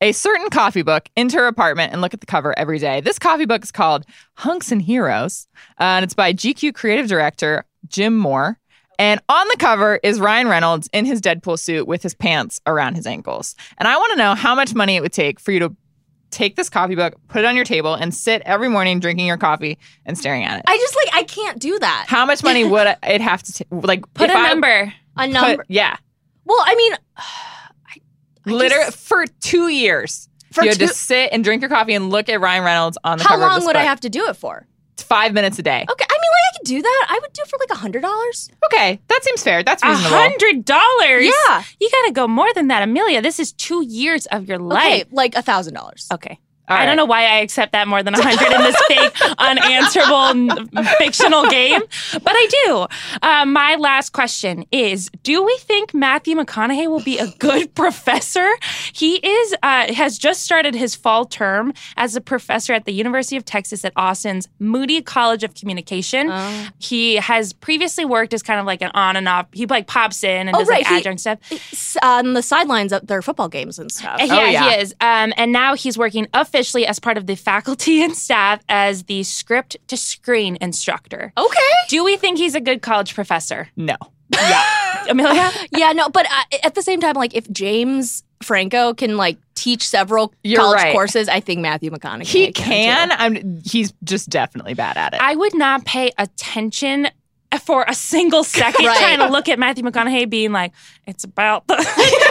Speaker 1: a certain coffee book into her apartment and look at the cover every day? This coffee book is called Hunks and Heroes, uh, and it's by GQ creative director Jim Moore. And on the cover is Ryan Reynolds in his Deadpool suit with his pants around his ankles. And I want to know how much money it would take for you to take this coffee book, put it on your table, and sit every morning drinking your coffee and staring at it.
Speaker 2: I just like I can't do that.
Speaker 1: How much money would it have to take? Like,
Speaker 3: Put
Speaker 1: if
Speaker 3: a
Speaker 1: I
Speaker 3: number.
Speaker 2: A
Speaker 1: put-
Speaker 2: number.
Speaker 1: yeah.
Speaker 2: well, I mean, I
Speaker 1: Liter-
Speaker 2: just-
Speaker 1: for two years.
Speaker 2: For
Speaker 1: you had
Speaker 2: two-
Speaker 1: to sit and drink your coffee and look at Ryan Reynolds on the
Speaker 2: how
Speaker 1: cover of
Speaker 2: long
Speaker 1: this
Speaker 2: would I
Speaker 1: book.
Speaker 2: have to do it for?
Speaker 1: Five minutes a day.
Speaker 2: Okay, I mean, like I could do that. I would do it for like a hundred dollars.
Speaker 1: Okay, that seems fair. That's
Speaker 3: A
Speaker 1: reasonable.
Speaker 3: hundred dollars.
Speaker 2: Yeah.
Speaker 3: You gotta go more than that, Amelia. This is two years of your
Speaker 2: Okay,
Speaker 3: life.
Speaker 2: like a thousand dollars.
Speaker 3: Okay.
Speaker 1: All
Speaker 3: I
Speaker 1: right.
Speaker 3: don't know why I accept that more than a hundred in this fake, unanswerable, n- fictional game, but I do. Uh, my last question is: Do we think Matthew McConaughey will be a good professor? He is uh, has just started his fall term as a professor at the University of Texas at Austin's Moody College of Communication.
Speaker 2: Oh.
Speaker 3: He has previously worked as kind of like an on and off. He like pops in and
Speaker 2: Oh,
Speaker 3: does like
Speaker 2: right, he-
Speaker 3: adjunct stuff.
Speaker 2: It's on the sidelines of their football games and stuff.
Speaker 3: Yeah,
Speaker 1: yeah.
Speaker 3: he is. Um, and now he's working officially as part of the faculty and staff as the script to screen instructor.
Speaker 2: Okay.
Speaker 3: Do we think he's a good college professor,
Speaker 1: No.
Speaker 3: Amelia?
Speaker 2: Yeah, no, but uh, at the same time, like if James Franco can like teach several
Speaker 1: You're
Speaker 2: college
Speaker 1: right.
Speaker 2: courses, I think Matthew McConaughey
Speaker 1: He
Speaker 2: too.
Speaker 1: can. I'm he's just definitely bad at it.
Speaker 3: I would not pay attention for a single second
Speaker 2: Right.
Speaker 3: trying to look at Matthew McConaughey being like, it's about the,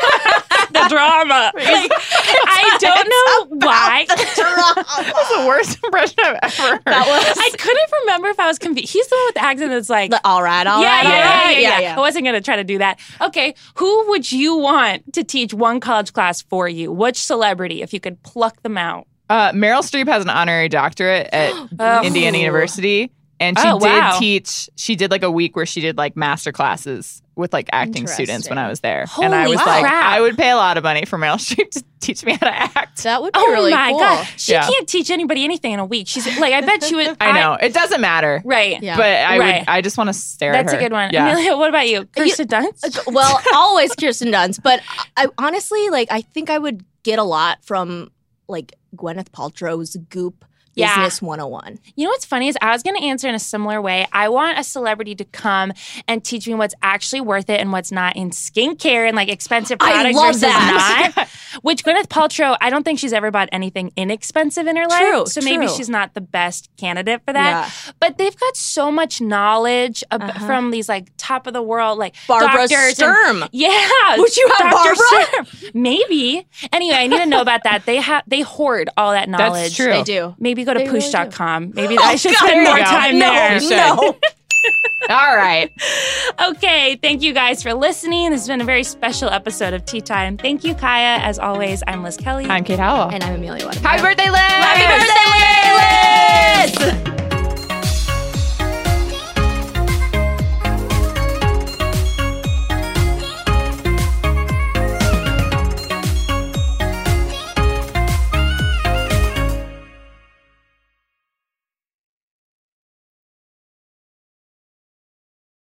Speaker 3: the drama. Like, I don't know why.
Speaker 1: That's the worst impression I've ever heard.
Speaker 2: That
Speaker 3: I couldn't remember if I was confused. He's the one with the accent that's like,
Speaker 2: was all right, all
Speaker 3: yeah,
Speaker 2: right, all
Speaker 3: yeah,
Speaker 2: right.
Speaker 3: yeah, yeah, I wasn't gonna try to do that. Okay, who would you want to teach one college class for you? Which celebrity, if you could pluck them out?
Speaker 1: Uh, Meryl Streep has an honorary doctorate at
Speaker 3: Oh.
Speaker 1: Indiana University. And she
Speaker 3: Oh,
Speaker 1: did
Speaker 3: wow.
Speaker 1: teach, she did like a week where she did like master classes with like acting students when I was there. and I
Speaker 3: Holy
Speaker 1: was like,
Speaker 3: crap.
Speaker 1: I would pay a lot of money for Meryl Streep to teach me how to act.
Speaker 2: That would be
Speaker 3: Oh
Speaker 2: really
Speaker 3: my
Speaker 2: cool.
Speaker 3: god, she
Speaker 1: Yeah.
Speaker 3: can't teach anybody anything in a week. She's like, I bet she was.
Speaker 1: I know. It doesn't matter.
Speaker 3: right?
Speaker 2: Yeah.
Speaker 1: But I
Speaker 3: Right.
Speaker 1: would I just want to stare
Speaker 3: That's
Speaker 1: at
Speaker 3: a
Speaker 1: her.
Speaker 3: good one.
Speaker 1: Yeah.
Speaker 3: Amelia, what about you, Uh, Kirsten Dunst?
Speaker 2: Well, always Kirsten Dunst, but I honestly like. I think I would get a lot from like Gwyneth Paltrow's Goop
Speaker 3: Yeah.
Speaker 2: Business 101.
Speaker 3: You know what's funny is I was going to answer in a similar way. I want a celebrity to come and teach me what's actually worth it and what's not in skincare and like expensive
Speaker 2: I
Speaker 3: products
Speaker 2: love
Speaker 3: versus
Speaker 2: that.
Speaker 3: not. Which Gwyneth Paltrow, I don't think she's ever bought anything inexpensive in her life.
Speaker 2: True,
Speaker 3: so maybe
Speaker 2: true.
Speaker 3: she's not the best candidate for that. But they've got so much knowledge ab-
Speaker 2: Uh-huh.
Speaker 3: from these like top of the world like
Speaker 2: Barbara
Speaker 3: doctors and-
Speaker 2: Sturm.
Speaker 3: yeah.
Speaker 2: Would you have Barbara?
Speaker 3: Sturm. Maybe. Anyway, I need to know about that. They have they hoard all that knowledge.
Speaker 1: That's true.
Speaker 2: they do.
Speaker 3: Maybe go to
Speaker 2: They really do. Oh,
Speaker 3: push.com. Maybe I should
Speaker 2: God,
Speaker 3: spend more
Speaker 1: you go.
Speaker 3: time
Speaker 2: no,
Speaker 3: there.
Speaker 1: You
Speaker 2: No,
Speaker 1: All right.
Speaker 3: Okay, thank you guys for listening. This has been a very special episode of Tea Time. Thank you, Kaya. As always, I'm Liz Kelly.
Speaker 1: I'm Kate Howell.
Speaker 2: and I'm Amelia. Wadham.
Speaker 1: Happy birthday, Liz!
Speaker 3: Happy birthday, Liz!
Speaker 2: Liz!